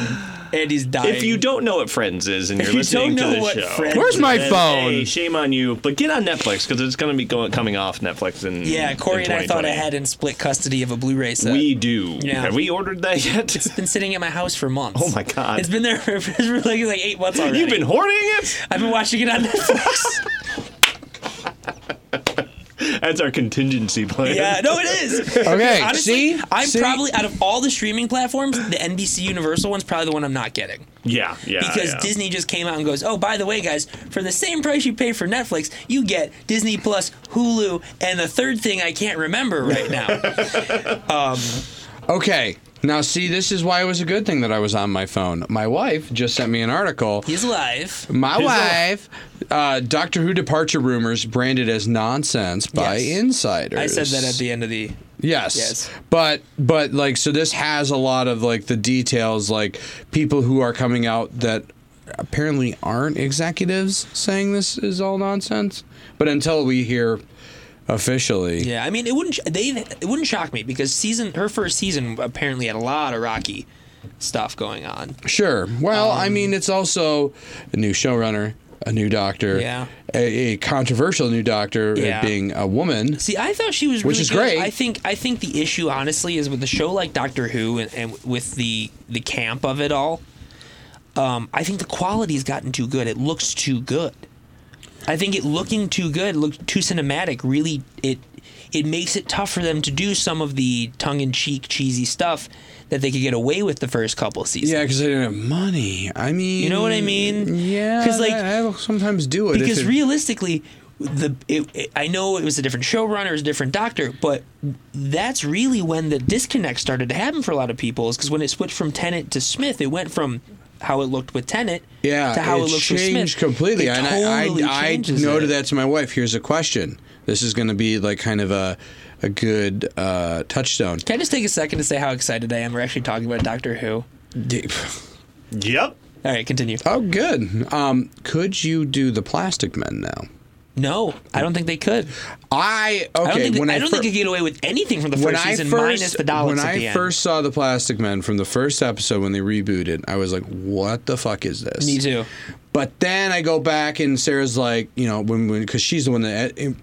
Speaker 2: Andy's dying.
Speaker 5: If you don't know what Friends is and you're
Speaker 2: you
Speaker 5: listening
Speaker 2: don't know
Speaker 5: to the
Speaker 2: what
Speaker 5: show,
Speaker 2: Friends
Speaker 1: Where's my
Speaker 5: then,
Speaker 1: phone?
Speaker 5: hey, shame on you. But get on Netflix because it's going to be going, coming off Netflix in
Speaker 2: yeah, Corey
Speaker 5: in
Speaker 2: and I thought
Speaker 5: 2020.
Speaker 2: ahead and split custody of a Blu-ray set.
Speaker 5: We do.
Speaker 2: Yeah.
Speaker 5: Have we ordered that yet?
Speaker 2: It's been sitting at my house for months.
Speaker 5: Oh my God.
Speaker 2: It's been there for, for like, like eight months already.
Speaker 5: You've been hoarding it.
Speaker 2: I've been watching it on Netflix.
Speaker 5: That's our contingency plan.
Speaker 2: Yeah, no, it is.
Speaker 1: Okay,
Speaker 2: Honestly,
Speaker 1: see?
Speaker 2: I'm
Speaker 1: See?
Speaker 2: probably out of all the streaming platforms, the NBC Universal one's probably the one I'm not getting
Speaker 5: yeah, yeah.
Speaker 2: because
Speaker 5: yeah.
Speaker 2: Disney just came out and goes, "Oh, by the way, guys, for the same price you pay for Netflix, you get Disney Plus, Hulu, and the third thing I can't remember right now."
Speaker 1: Okay. Now, see, this is why it was a good thing that I was on my phone. My wife just sent me an article.
Speaker 2: He's alive.
Speaker 1: My
Speaker 5: Who's
Speaker 1: wife, uh, Doctor Who departure rumors branded as nonsense by
Speaker 2: Yes.
Speaker 1: insiders.
Speaker 2: I said that at the end of the.
Speaker 1: Yes.
Speaker 2: Yes.
Speaker 1: But but like so this has a lot of like the details like people who are coming out that apparently aren't executives saying this is all nonsense. But until we hear officially.
Speaker 2: Yeah, I mean, it wouldn't. They it wouldn't shock me because season her first season apparently had a lot of rocky stuff going on.
Speaker 1: Sure. Well, I
Speaker 2: Um,
Speaker 1: mean it's also a new showrunner, a new doctor.
Speaker 2: Yeah.
Speaker 1: A, a controversial new doctor it
Speaker 2: Yeah.
Speaker 1: being a woman.
Speaker 2: See, I thought she was,
Speaker 1: Which
Speaker 2: really
Speaker 1: is
Speaker 2: good.
Speaker 1: great.
Speaker 2: I think I think the issue, honestly, is with the show like Doctor Who and, and with the the camp of it all. Um, I think the quality's gotten too good. It looks too good. I think it looking too good, looked too cinematic. Really, it it makes it tough for them to do some of the tongue-in-cheek, cheesy stuff that they could get away with the first couple seasons.
Speaker 1: Yeah, because I didn't have money. I mean,
Speaker 2: You know what I mean?
Speaker 1: Yeah,
Speaker 2: 'Cause, like-
Speaker 1: I, I will sometimes do it if
Speaker 2: because
Speaker 1: it-
Speaker 2: realistically the it, it- I know it was a different showrunner, it was a different doctor, but that's really when the disconnect started to happen for a lot of people. Is because when it switched from Tennant to Smith, it went from how it looked with Tennant,
Speaker 1: yeah,
Speaker 2: to how
Speaker 1: it
Speaker 2: it, looks with Smith
Speaker 1: changed completely.
Speaker 2: It
Speaker 1: and I,
Speaker 2: totally
Speaker 1: I, I
Speaker 2: changes
Speaker 1: noted
Speaker 2: it.
Speaker 1: that to my wife. Here's a question. This is going to be like kind of a a good uh, touchstone.
Speaker 2: Can I just take a second to say how excited I am? We're actually talking about Doctor Who.
Speaker 1: D-
Speaker 5: Yep.
Speaker 2: All right, continue.
Speaker 1: Oh, good. Um, could you do the Plastic Men now?
Speaker 2: No, I don't think they could.
Speaker 1: I okay.
Speaker 2: I don't think
Speaker 1: when
Speaker 2: I, don't
Speaker 1: fir-
Speaker 2: think they could get away with anything from the first
Speaker 1: when I
Speaker 2: season
Speaker 1: first
Speaker 2: minus the dollars
Speaker 1: when
Speaker 2: at
Speaker 1: I
Speaker 2: the
Speaker 1: first saw the Plastic Men from the first episode when they rebooted, I was like, "What the fuck is this?"
Speaker 2: end. Me too.
Speaker 1: But then I go back and Sarah's like, you know, when because she's the one that e-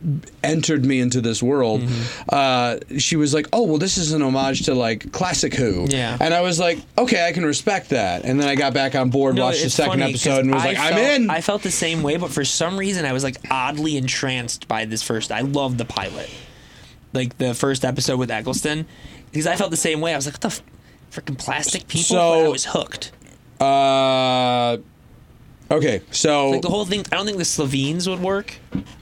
Speaker 1: entered me into this world.
Speaker 2: Mm-hmm.
Speaker 1: Uh, she was like, oh well, this is an homage to like classic Who.
Speaker 2: Yeah.
Speaker 1: And I was like, okay, I can respect that. And then I got back on board,
Speaker 2: No,
Speaker 1: watched the
Speaker 2: it's
Speaker 1: second
Speaker 2: funny, 'cause
Speaker 1: episode, and was
Speaker 2: I
Speaker 1: like,
Speaker 2: felt,
Speaker 1: I'm in.
Speaker 2: I felt the same way, but for some reason, I was like oddly entranced by this first. I loved the pilot, like the first episode with Eccleston, because I felt the same way. I was like, what the f- freaking plastic people.
Speaker 1: So- oh.
Speaker 2: but I was hooked.
Speaker 1: uh, okay, so.
Speaker 2: Like the whole thing. I don't think the Slovenes would work.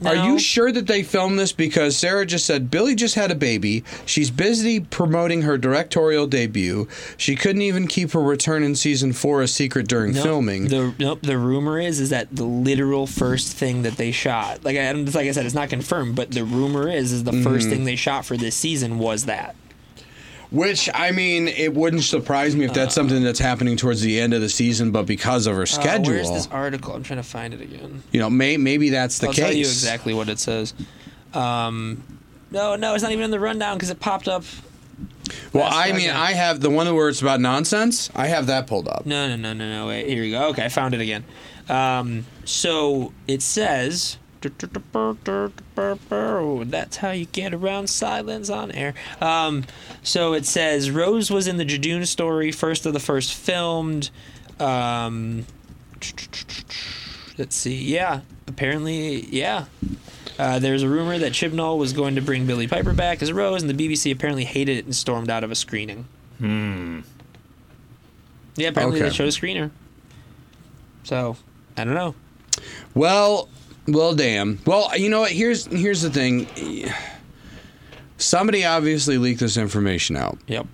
Speaker 1: Are
Speaker 2: now.
Speaker 1: you sure that they filmed this? Because Sarah just said Billy just had a baby. She's busy promoting her directorial debut. She couldn't even keep her return in season four a secret during
Speaker 2: Nope.
Speaker 1: filming.
Speaker 2: The nope. The rumor is is that the literal first thing that they shot. Like I, and it's- like I said, it's not confirmed, but the rumor is is the
Speaker 1: Mm-hmm.
Speaker 2: first thing they shot for this season was that.
Speaker 1: Which I mean, it wouldn't surprise me if that's something that's happening towards the end of the season, but because of her
Speaker 2: Uh,
Speaker 1: schedule,
Speaker 2: where's this article? I'm trying to find it again.
Speaker 1: you know, may, maybe that's the
Speaker 2: I'll
Speaker 1: case.
Speaker 2: tell you exactly what it says. Um, no, no, it's not even in the rundown because it popped up.
Speaker 1: Well,
Speaker 2: That's
Speaker 1: I
Speaker 2: what I
Speaker 1: mean,
Speaker 2: got.
Speaker 1: I have the one where it's about nonsense. I have that pulled up.
Speaker 2: No, no, no, no, no. Wait, here we go. Okay, I found it again. Um, so it says. That's how you get around silence on air. Um, so it says Rose was in the Jadoon story, first of the first filmed. Um, let's see. Yeah, apparently, yeah. Uh, there's a rumor that Chibnall was going to bring Billy Piper back as Rose, and the BBC apparently hated it and stormed out of a screening. Hmm. Yeah, apparently
Speaker 1: Okay.
Speaker 2: they showed a screener. So, I don't know.
Speaker 1: Well, well, damn. Well, you know what? Here's here's the thing. Somebody obviously leaked this information out.
Speaker 2: Yep.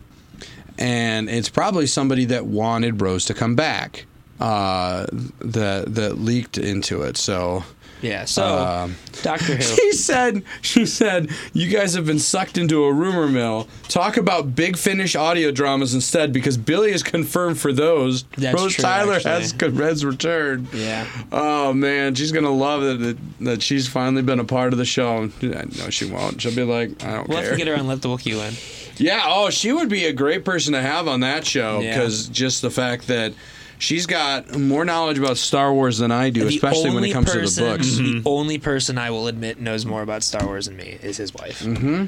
Speaker 1: and it's probably somebody that wanted Rose to come back uh, that that leaked into it. So
Speaker 2: Yeah. So,
Speaker 1: Um,
Speaker 2: Doctor Who.
Speaker 1: he said, she said, you guys have been sucked into a rumor mill. Talk about big finish audio dramas instead, because Billy is confirmed for those.
Speaker 2: That's
Speaker 1: Rose
Speaker 2: true,
Speaker 1: Tyler
Speaker 2: actually.
Speaker 1: has has returned.
Speaker 2: Yeah.
Speaker 1: Oh man, she's gonna love it that, that she's finally been a part of the show. No, she won't. She'll be like, I don't
Speaker 2: We'll
Speaker 1: care.
Speaker 2: have to get her on Let the Wookiee Win.
Speaker 1: Yeah, oh, she would be a great person to have on that show
Speaker 2: Yeah.
Speaker 1: because just the fact that she's got more knowledge about Star Wars than I do, especially when it
Speaker 2: only
Speaker 1: comes to
Speaker 2: person-
Speaker 1: the books.
Speaker 2: The only person I will admit knows more about Star Wars than me is his wife. Mm-hmm.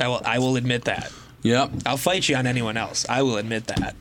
Speaker 2: I will. I will admit that.
Speaker 1: Yep.
Speaker 2: I'll fight you on anyone else. I will admit that.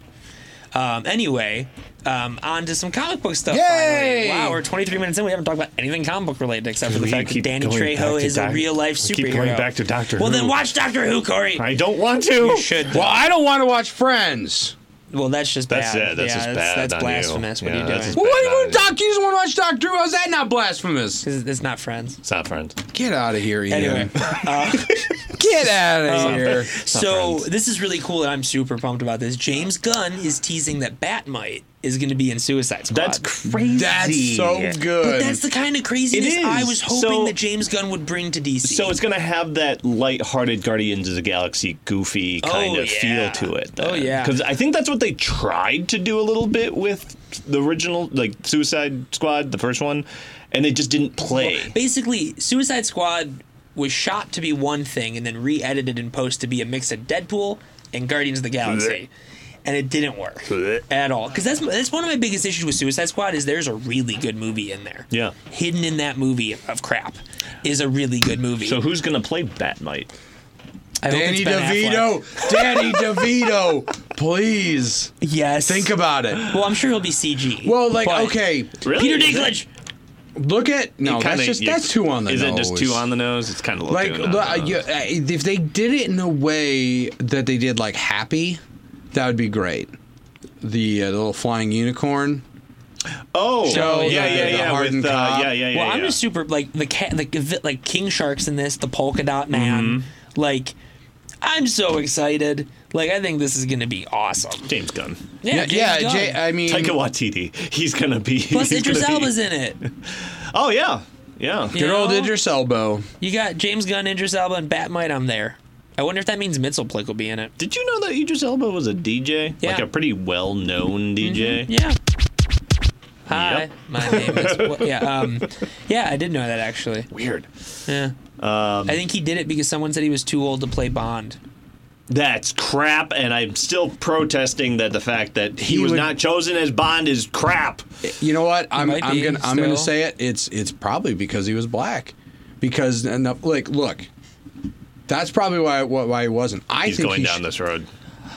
Speaker 2: Um, anyway, um, on to some comic book stuff.
Speaker 1: Yay!
Speaker 2: Finally. Wow, we're 23 minutes in. We haven't talked about anything comic book related except for the
Speaker 5: We
Speaker 2: fact that
Speaker 5: keep
Speaker 2: Danny
Speaker 5: going
Speaker 2: Trejo
Speaker 5: back to
Speaker 2: is a
Speaker 5: Doc-
Speaker 2: real life
Speaker 5: we
Speaker 2: superhero.
Speaker 5: keep going back to Doctor
Speaker 2: Well, then
Speaker 5: Who.
Speaker 2: watch Doctor Who, Corey.
Speaker 5: I don't want to.
Speaker 2: should.
Speaker 1: Well, I don't want to watch Friends.
Speaker 2: Well, that's just
Speaker 5: That's
Speaker 2: bad.
Speaker 5: it. That's
Speaker 2: yeah,
Speaker 5: just
Speaker 2: that's,
Speaker 5: bad
Speaker 2: That's
Speaker 5: on you.
Speaker 2: blasphemous. What
Speaker 5: Yeah,
Speaker 2: are you
Speaker 5: that's
Speaker 2: doing?
Speaker 5: just
Speaker 1: Well,
Speaker 5: bad.
Speaker 1: what do you want, Doc? You just want to watch Doctor Who? How's that not blasphemous?
Speaker 2: It's it's not friends.
Speaker 5: It's not friends.
Speaker 1: Get out of here, Ian.
Speaker 2: Anyway,
Speaker 1: Get out of here.
Speaker 2: so this is really cool, and I'm super pumped about this. James Gunn is teasing that Batmite is going to be in Suicide Squad.
Speaker 5: That's crazy.
Speaker 1: That's so good.
Speaker 2: But that's the kind of craziness
Speaker 5: It is.
Speaker 2: I was hoping
Speaker 5: So-
Speaker 2: that James Gunn would bring to DC.
Speaker 5: So it's gonna have that light-hearted Guardians of the Galaxy, goofy kind
Speaker 2: Oh,
Speaker 5: of
Speaker 2: yeah.
Speaker 5: feel to it.
Speaker 2: Oh, yeah.
Speaker 5: because I think that's what they tried to do a little bit with the original, like Suicide Squad, the first one, and it just didn't play.
Speaker 2: basically Suicide Squad was shot to be one thing and then re-edited in post to be a mix of Deadpool and Guardians of the Galaxy. And it didn't work
Speaker 5: Blech.
Speaker 2: at all because that's that's one of my biggest issues with Suicide Squad is there's a really good movie in there.
Speaker 5: Yeah.
Speaker 2: hidden in that movie of crap is a really good movie.
Speaker 5: so who's gonna play Batmite?
Speaker 2: I hope
Speaker 1: Danny
Speaker 2: it's Ben Affleck.
Speaker 1: DeVito. Danny DeVito. Please
Speaker 2: yes.
Speaker 1: think about it.
Speaker 2: Well, I'm sure he'll be CG.
Speaker 1: Well, like,
Speaker 2: but-
Speaker 1: okay.
Speaker 5: Really?
Speaker 2: Peter
Speaker 5: Is it?
Speaker 2: Dinklage.
Speaker 1: Look at no,
Speaker 5: Kinda-
Speaker 1: that's just
Speaker 5: Oh, you-
Speaker 1: that's two on the
Speaker 5: is
Speaker 1: nose.
Speaker 5: it just two on the nose? It's kind of
Speaker 1: like
Speaker 5: two
Speaker 1: but,
Speaker 5: on the
Speaker 1: uh,
Speaker 5: nose.
Speaker 1: you- uh, if they did it in a way that they did like Happy, that would be great. The, uh, the little flying unicorn.
Speaker 5: Oh,
Speaker 1: Show
Speaker 5: yeah,
Speaker 1: the-
Speaker 5: yeah,
Speaker 1: the
Speaker 5: yeah,
Speaker 1: hardened
Speaker 5: with, uh,
Speaker 1: cop.
Speaker 5: yeah, yeah, yeah.
Speaker 2: well, I'm
Speaker 5: yeah.
Speaker 2: just super like the cat, like vi- like King Sharks in this, the polka dot man. Like, I'm so excited. Like, I think this is gonna be awesome.
Speaker 5: James Gunn,
Speaker 2: Yeah, James
Speaker 1: yeah. uh,
Speaker 2: Gunn.
Speaker 1: Jay, I mean,
Speaker 5: Taika Waititi. He's gonna be.
Speaker 2: Plus,
Speaker 5: he's gonna
Speaker 2: Idris
Speaker 5: be-
Speaker 2: Elba's in it.
Speaker 5: Oh yeah, yeah.
Speaker 2: You
Speaker 1: good old
Speaker 2: know?
Speaker 1: Idris Elbow.
Speaker 2: You got James Gunn, Idris Elba, and Batmite. I'm there. I wonder if that means Mitzelplick will be in it.
Speaker 5: Did you know that Idris Elba was a DJ? Like
Speaker 2: Yeah. Mm-hmm.
Speaker 5: a pretty well-known DJ.
Speaker 2: Yeah. Hi,
Speaker 5: Yep.
Speaker 2: my name is. Well, yeah, um, yeah, I did know that actually.
Speaker 5: Weird.
Speaker 2: Yeah, um, I think he did it because someone said he was too old to play Bond.
Speaker 5: That's crap, and I'm still protesting that the fact that he,
Speaker 1: He
Speaker 5: was
Speaker 1: would-
Speaker 5: not chosen as Bond is crap.
Speaker 1: You know what? I'm,
Speaker 2: might
Speaker 1: I'm
Speaker 2: be,
Speaker 1: gonna I'm gonna
Speaker 2: still.
Speaker 1: say it. It's it's probably because he was black, because and the- like look, that's probably why why he wasn't. I
Speaker 5: He's
Speaker 1: think
Speaker 5: going
Speaker 1: he
Speaker 5: down
Speaker 1: sh-
Speaker 5: this road.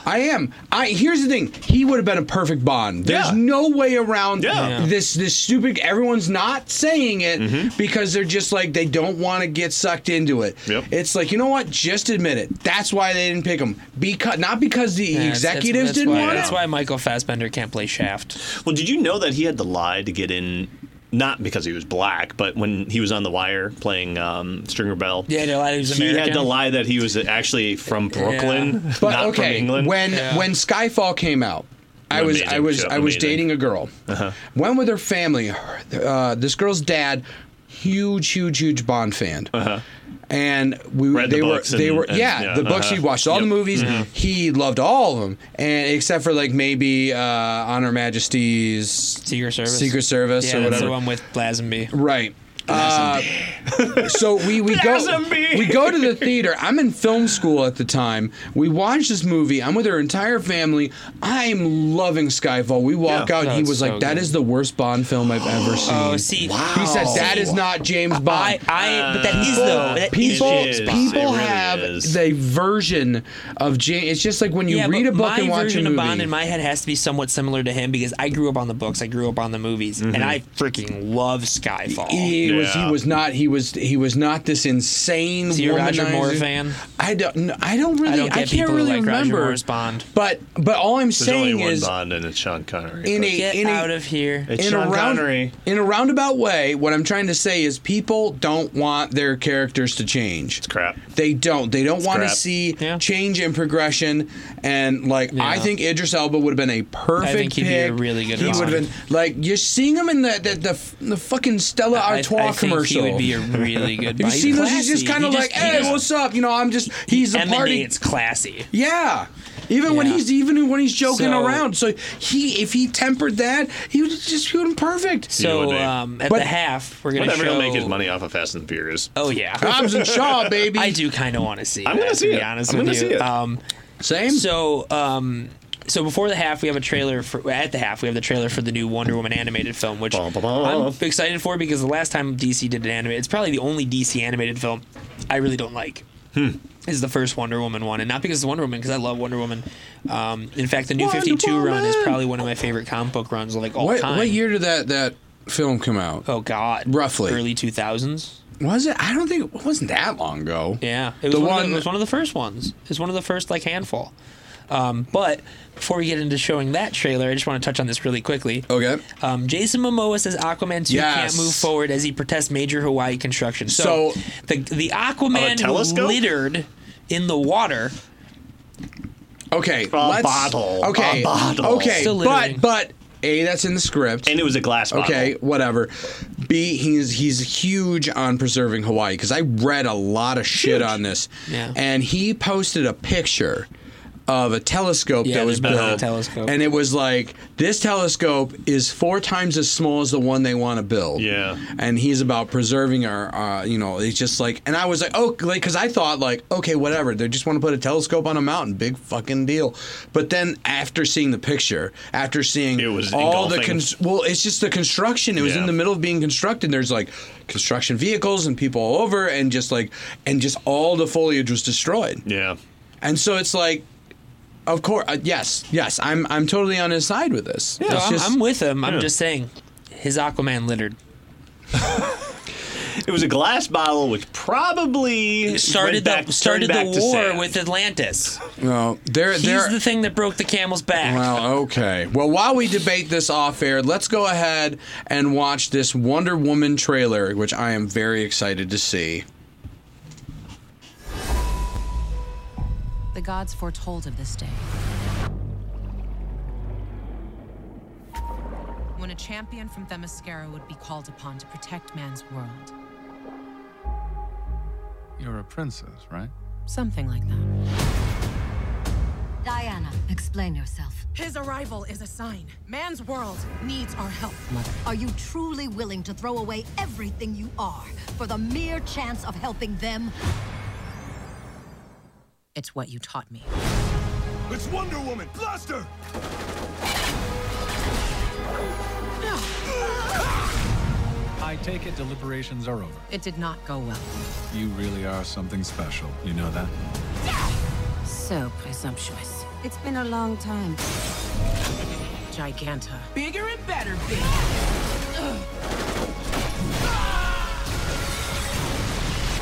Speaker 1: I am. I here's the thing. He would have been a perfect Bond. There's
Speaker 5: Yeah.
Speaker 1: no way around
Speaker 5: Yeah.
Speaker 1: this. This stupid. Everyone's not saying it
Speaker 5: Mm-hmm.
Speaker 1: because they're just like they don't want to get sucked into it.
Speaker 5: Yep.
Speaker 1: It's like you know what? Just admit it. That's why they didn't pick him. Because not because the
Speaker 2: Yeah, it's- that's-
Speaker 1: executives
Speaker 2: that's
Speaker 1: didn't
Speaker 2: why-
Speaker 1: want
Speaker 2: That's
Speaker 1: it.
Speaker 2: why Michael Fassbender can't play Shaft.
Speaker 5: Well, did you know that he had to lie to get in? Not because he was black, but when he was on The Wire playing um, Stringer Bell,
Speaker 2: Yeah, they lied he was
Speaker 5: he had
Speaker 2: American.
Speaker 5: to lie that he was actually from Brooklyn,
Speaker 1: But
Speaker 5: not
Speaker 1: okay,
Speaker 5: from England.
Speaker 1: when
Speaker 2: Yeah.
Speaker 1: when Skyfall came out, I was I
Speaker 5: Amazing
Speaker 1: was
Speaker 5: show,
Speaker 1: I was
Speaker 5: amazing. Uh-huh.
Speaker 1: dating a girl. Went with her family. Her- Uh, this girl's dad, huge, huge, huge Bond fan. And we
Speaker 5: Uh-huh. Read the
Speaker 1: they were
Speaker 5: books
Speaker 1: they
Speaker 5: and-
Speaker 1: were
Speaker 5: and-
Speaker 1: yeah,
Speaker 5: yeah,
Speaker 1: the books
Speaker 5: uh-huh.
Speaker 1: he watched all the
Speaker 5: Yep.
Speaker 1: movies he loved all of them and except for like maybe uh, on Her Majesty's
Speaker 2: Secret Service.
Speaker 1: Secret Service
Speaker 2: Yeah,
Speaker 1: or
Speaker 2: that's
Speaker 1: whatever
Speaker 2: the one with Lazenby.
Speaker 1: Right. Uh, so we, we go
Speaker 5: Lazenby.
Speaker 1: we go to the theater. I'm in film school at the time. We watch this movie. I'm with her entire family. I'm loving Skyfall. We walk
Speaker 5: Yeah.
Speaker 1: out.
Speaker 2: No,
Speaker 1: he
Speaker 2: it's
Speaker 1: was like,
Speaker 2: so
Speaker 1: "That
Speaker 2: good.
Speaker 1: is the worst Bond film I've ever seen."
Speaker 2: Oh, see,
Speaker 1: He said, "That is not James Bond."
Speaker 2: I, I, but that is though. That is
Speaker 1: people
Speaker 5: It is.
Speaker 2: James Bond.
Speaker 1: people
Speaker 5: It really
Speaker 1: have
Speaker 5: is.
Speaker 1: the version of James. It's just like when you
Speaker 2: yeah,
Speaker 1: read
Speaker 2: but
Speaker 1: a book
Speaker 2: my
Speaker 1: and watch a
Speaker 2: version
Speaker 1: movie.
Speaker 2: of Bond in my head has to be somewhat similar to him because I grew up on the books, I grew up on the movies,
Speaker 1: Mm-hmm.
Speaker 2: and I freaking love Skyfall.
Speaker 1: he was
Speaker 5: Yeah.
Speaker 1: he was not he was he was not this insane.
Speaker 2: So you're a Roger
Speaker 1: womanizer.
Speaker 2: Moore fan?
Speaker 1: I don't no, I don't really I,
Speaker 2: I don't get
Speaker 1: can't
Speaker 2: people
Speaker 1: really
Speaker 2: like Roger
Speaker 1: remember.
Speaker 2: Moore's Bond.
Speaker 1: But but all I'm
Speaker 5: There's only
Speaker 1: saying
Speaker 5: one
Speaker 1: is
Speaker 5: Bond, and it's Sean Connery.
Speaker 1: in
Speaker 5: but-
Speaker 1: a
Speaker 2: Get
Speaker 1: in
Speaker 2: out
Speaker 1: a,
Speaker 2: of here.
Speaker 5: It's
Speaker 1: in a
Speaker 5: Sean
Speaker 1: round
Speaker 5: Connery.
Speaker 1: in a roundabout way. What I'm trying to say is people don't want their characters to change.
Speaker 5: crap.
Speaker 1: They don't. They don't want to
Speaker 5: crap.
Speaker 1: see
Speaker 2: Yeah.
Speaker 1: change and progression. And like, I
Speaker 2: Yeah.
Speaker 1: think Idris Elba would have been a perfect.
Speaker 2: he'd be a
Speaker 1: pick.
Speaker 2: really good
Speaker 1: He would have
Speaker 2: Bond.
Speaker 1: been like you're seeing him in the the, the, the fucking Stella
Speaker 2: I, I
Speaker 1: Artois
Speaker 2: think
Speaker 1: commercial.
Speaker 2: he would be a really good.
Speaker 1: Have
Speaker 2: Bond.
Speaker 1: you seen
Speaker 2: He's
Speaker 1: those? He's just
Speaker 2: classy.
Speaker 1: kind of
Speaker 2: He
Speaker 1: like,
Speaker 2: he
Speaker 1: hey,
Speaker 2: just
Speaker 1: what's up? You know, I'm just he's the party.
Speaker 2: Emanates classy.
Speaker 1: Yeah. Even when
Speaker 2: Yeah.
Speaker 1: he's even when he's joking
Speaker 2: So-
Speaker 1: around. So he if he tempered that, he would just feel perfect.
Speaker 2: So
Speaker 5: would be.
Speaker 2: um, at
Speaker 1: But-
Speaker 2: the half, we're gonna
Speaker 5: Whatever,
Speaker 2: show.
Speaker 5: he'll make his money off of Fast and the Furious.
Speaker 2: Oh yeah,
Speaker 1: Hobbs and Shaw, baby.
Speaker 2: I do kind of want to see.
Speaker 5: I'm
Speaker 2: that,
Speaker 5: gonna see
Speaker 2: to
Speaker 5: it.
Speaker 2: Be honest
Speaker 5: I'm
Speaker 2: with
Speaker 5: gonna
Speaker 2: you.
Speaker 5: see it.
Speaker 2: Um,
Speaker 1: Same.
Speaker 2: so um, so before the half, we have a trailer for at the half. We have the trailer for the new Wonder Woman animated film, which
Speaker 5: Bum, bum, bum.
Speaker 2: I'm excited for because the last time DC did an anime, it's probably the only DC animated film I really don't like.
Speaker 5: Hmm.
Speaker 2: Is the first Wonder Woman one, and not because it's Wonder Woman, because I love Wonder Woman. Um, in fact, the new
Speaker 1: Wonder
Speaker 2: Fifty Two run is
Speaker 1: Woman!
Speaker 2: probably one of my favorite comic book runs, like all
Speaker 1: what
Speaker 2: time.
Speaker 1: what year did that that film come out?
Speaker 2: Oh God,
Speaker 1: Roughly.
Speaker 2: early two thousands.
Speaker 1: Was it? I don't think it wasn't that long ago.
Speaker 2: Yeah, it was,
Speaker 1: The
Speaker 2: one
Speaker 1: one-
Speaker 2: of the, it was one of the first ones. It was one of the first like handful. Um, but before we get into showing that trailer, I just want to touch on this really quickly.
Speaker 1: Okay.
Speaker 2: Um, Jason Momoa says Aquaman 2
Speaker 1: Yes.
Speaker 2: can't move forward as he protests major Hawaii construction. So,
Speaker 1: So-
Speaker 2: the the
Speaker 5: On a
Speaker 2: Aquaman
Speaker 5: telescope?
Speaker 2: littered in the water.
Speaker 1: Okay.
Speaker 5: A
Speaker 1: let's,
Speaker 5: bottle.
Speaker 1: Okay.
Speaker 5: A bottle.
Speaker 1: Okay.
Speaker 2: Still littering.
Speaker 1: But but A, that's in the script.
Speaker 5: And it was a glass bottle.
Speaker 1: Okay, whatever. B, he's he's huge on preserving Hawaii because I read a lot of shit on this,
Speaker 2: Yeah.
Speaker 1: and he posted a picture of a telescope
Speaker 2: Yeah,
Speaker 1: that was
Speaker 2: they're building a
Speaker 1: built,
Speaker 2: telescope.
Speaker 1: and it was like this telescope is four times as small as the one they want to build.
Speaker 5: Yeah.
Speaker 1: and he's about preserving our, uh, you know, it's just like, and I was like, oh, like because I thought like, okay, whatever, they just want to put a telescope on a mountain, big fucking deal. But then after seeing the picture, after seeing
Speaker 5: It was
Speaker 1: all the
Speaker 5: engulfing.
Speaker 1: cons- well, it's just the construction. It was
Speaker 5: Yeah.
Speaker 1: in the middle of being constructed. There's like construction vehicles and people all over, and just like, and just all the foliage was destroyed.
Speaker 5: Yeah.
Speaker 1: And so it's like, of course, uh, yes, yes, I'm I'm totally on his side with this.
Speaker 2: So
Speaker 1: It's
Speaker 2: I'm,
Speaker 1: just-
Speaker 2: I'm with him.
Speaker 5: yeah.
Speaker 2: I'm just saying his Aquaman littered.
Speaker 5: It was a glass bottle, which probably
Speaker 2: started
Speaker 5: went back,
Speaker 2: the started
Speaker 5: turned
Speaker 2: the
Speaker 5: back to
Speaker 2: war
Speaker 5: sand.
Speaker 2: with Atlantis.
Speaker 1: No, there,
Speaker 2: He's
Speaker 1: there.
Speaker 2: the thing that broke the camel's back.
Speaker 1: Well, okay. Well, while we debate this off air, let's go ahead and watch this Wonder Woman trailer, which I am very excited to see.
Speaker 8: The gods foretold of this day. When a champion from Themyscira would be called upon to protect man's world.
Speaker 9: You're a princess, right?
Speaker 8: Something like that.
Speaker 10: Diana, explain yourself.
Speaker 8: His arrival is a sign. Man's world needs our help, Mother.
Speaker 10: Are you truly willing to throw away everything you are for the mere chance of helping them?
Speaker 8: It's what you taught me.
Speaker 11: It's Wonder Woman! Blast her!
Speaker 9: I take it deliberations are over.
Speaker 8: It did not go well.
Speaker 9: You really are something special. You know that?
Speaker 8: So presumptuous.
Speaker 10: It's been a long time.
Speaker 8: Giganta.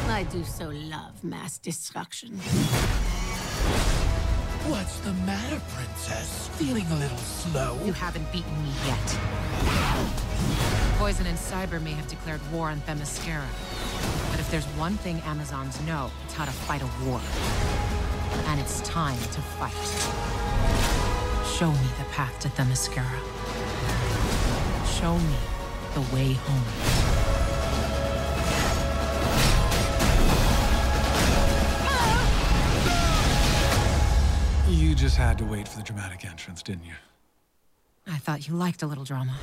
Speaker 10: I do so love mass destruction.
Speaker 11: What's the matter, princess? Feeling a little slow?
Speaker 8: You haven't beaten me yet. Poison and Cyber may have declared war on Themyscira. But if there's one thing Amazons know, it's how to fight a war. And it's time to fight. Show me the path to Themyscira. Show me the way home.
Speaker 9: You just had to wait for the dramatic entrance, didn't you?
Speaker 8: I thought you liked a little drama.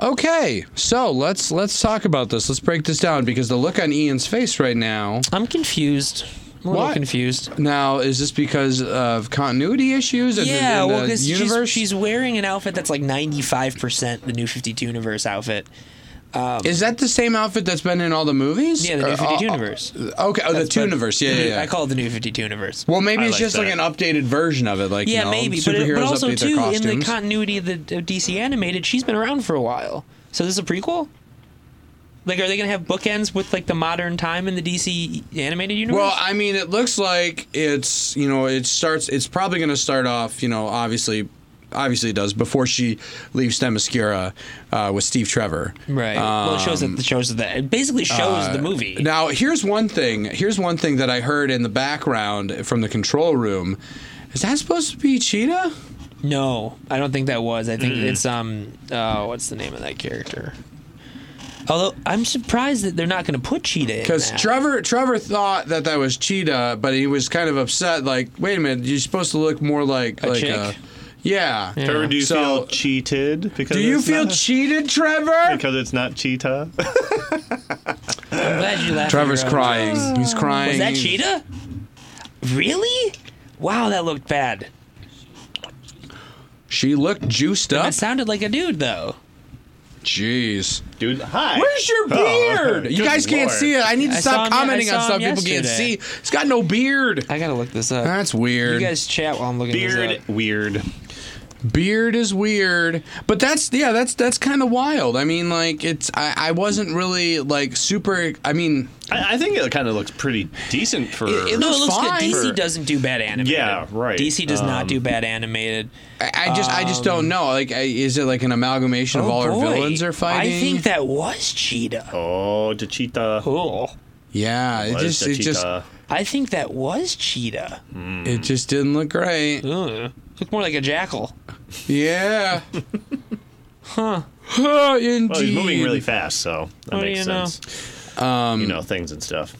Speaker 1: Okay, so let's let's talk about this. Let's break this down because the look on Ian's face right now.
Speaker 2: I'm confused. I'm a little
Speaker 1: What?
Speaker 2: confused.
Speaker 1: Now, is this because of continuity issues? in the-
Speaker 2: Yeah,
Speaker 1: in the
Speaker 2: well, because she's,
Speaker 1: universe?
Speaker 2: she's wearing an outfit that's like 95% the New 52 universe outfit.
Speaker 1: is that the same outfit that's been in all the movies?
Speaker 2: Yeah, the
Speaker 1: Or-
Speaker 2: New 52
Speaker 1: uh, uh,
Speaker 2: universe.
Speaker 1: Okay, oh, the
Speaker 2: That's what-
Speaker 1: Tooniverse. Yeah, yeah, yeah.
Speaker 2: I call it the New 52 universe.
Speaker 1: well, maybe
Speaker 5: I
Speaker 1: it's
Speaker 5: like
Speaker 1: just like
Speaker 5: that.
Speaker 1: an updated version of it. Like,
Speaker 2: yeah,
Speaker 1: you know,
Speaker 2: maybe, but,
Speaker 1: superheroes
Speaker 2: but also
Speaker 1: update their
Speaker 2: too in the
Speaker 1: costumes.
Speaker 2: continuity of the of DC animated, she's been around for a while. So this is a prequel. Like, are they gonna have bookends with like the modern time in the DC animated universe?
Speaker 1: Well, I mean, it looks like it's you know it starts. It's probably going to start off. You know, obviously, obviously it does before she leaves Themyscira uh, with Steve Trevor. Um,
Speaker 2: right. well, it shows that it shows that it basically shows
Speaker 1: uh,
Speaker 2: the movie.
Speaker 1: Now, here's one thing. Here's one thing that I heard in the background from the control room. Is that supposed to be Cheetah?
Speaker 2: No, I don't think that was. I think it's um. Oh, what's the name of that character? Although I'm surprised that they're not going to put Cheetah in.
Speaker 1: Because
Speaker 2: that.
Speaker 1: Trevor Trevor thought that that was Cheetah, but he was kind of upset. Like, wait a minute, you're supposed to look more like
Speaker 2: A
Speaker 1: like
Speaker 2: chick?
Speaker 1: a yeah.
Speaker 5: Trevor, do you
Speaker 1: So-
Speaker 5: feel cheated? Because
Speaker 1: Do you
Speaker 5: it's
Speaker 1: feel
Speaker 5: not-
Speaker 1: cheated, Trevor?
Speaker 5: because it's not cheetah?
Speaker 2: I'm glad you laughed. at
Speaker 1: Trevor's
Speaker 2: your own joke.
Speaker 1: crying. He's crying.
Speaker 2: Was that Cheetah? Really? Wow, that looked bad.
Speaker 1: She looked juiced up.
Speaker 2: That sounded like a dude though.
Speaker 1: Jeez.
Speaker 5: Dude, hi.
Speaker 1: Where's your beard? you
Speaker 5: Oh. good
Speaker 1: guys can't
Speaker 5: lord.
Speaker 1: see it. I need to
Speaker 2: I saw
Speaker 1: stop
Speaker 2: him- I
Speaker 1: commenting on
Speaker 2: saw
Speaker 1: stuff
Speaker 2: him
Speaker 1: people can't see.
Speaker 2: yesterday.
Speaker 1: He's got no beard.
Speaker 2: I gotta look this up.
Speaker 1: That's weird.
Speaker 2: You guys chat while I'm looking this
Speaker 5: Beard,
Speaker 2: up.
Speaker 5: weird.
Speaker 1: beard is weird, but that's yeah, that's that's kind of wild. I mean, like it's I, I wasn't really like super. I mean,
Speaker 5: I, I think it kind of looks pretty decent for.
Speaker 1: It- it
Speaker 2: No,
Speaker 1: looks
Speaker 2: it looks
Speaker 1: fine. Um,
Speaker 2: good.
Speaker 1: For-
Speaker 2: DC doesn't do bad animated.
Speaker 5: Yeah, right.
Speaker 2: DC does not do bad animated.
Speaker 1: I, I just I just
Speaker 5: Um,
Speaker 1: don't know. Like, I, is it like an amalgamation of all
Speaker 2: Oh, boy.
Speaker 1: our villains are fighting?
Speaker 2: I think that was Cheetah.
Speaker 5: oh, the cheetah.
Speaker 2: Cool.
Speaker 1: yeah, it
Speaker 5: Was
Speaker 1: just
Speaker 5: the
Speaker 1: it just
Speaker 5: cheetah.
Speaker 2: I think that was Cheetah.
Speaker 1: it just didn't look right.
Speaker 2: Ugh. Looked more like a jackal.
Speaker 1: Yeah. huh. Huh. Indeed.
Speaker 5: Well, he's moving really fast, so that
Speaker 2: What do
Speaker 5: makes
Speaker 2: you know? Um,
Speaker 5: sense. you know things and stuff.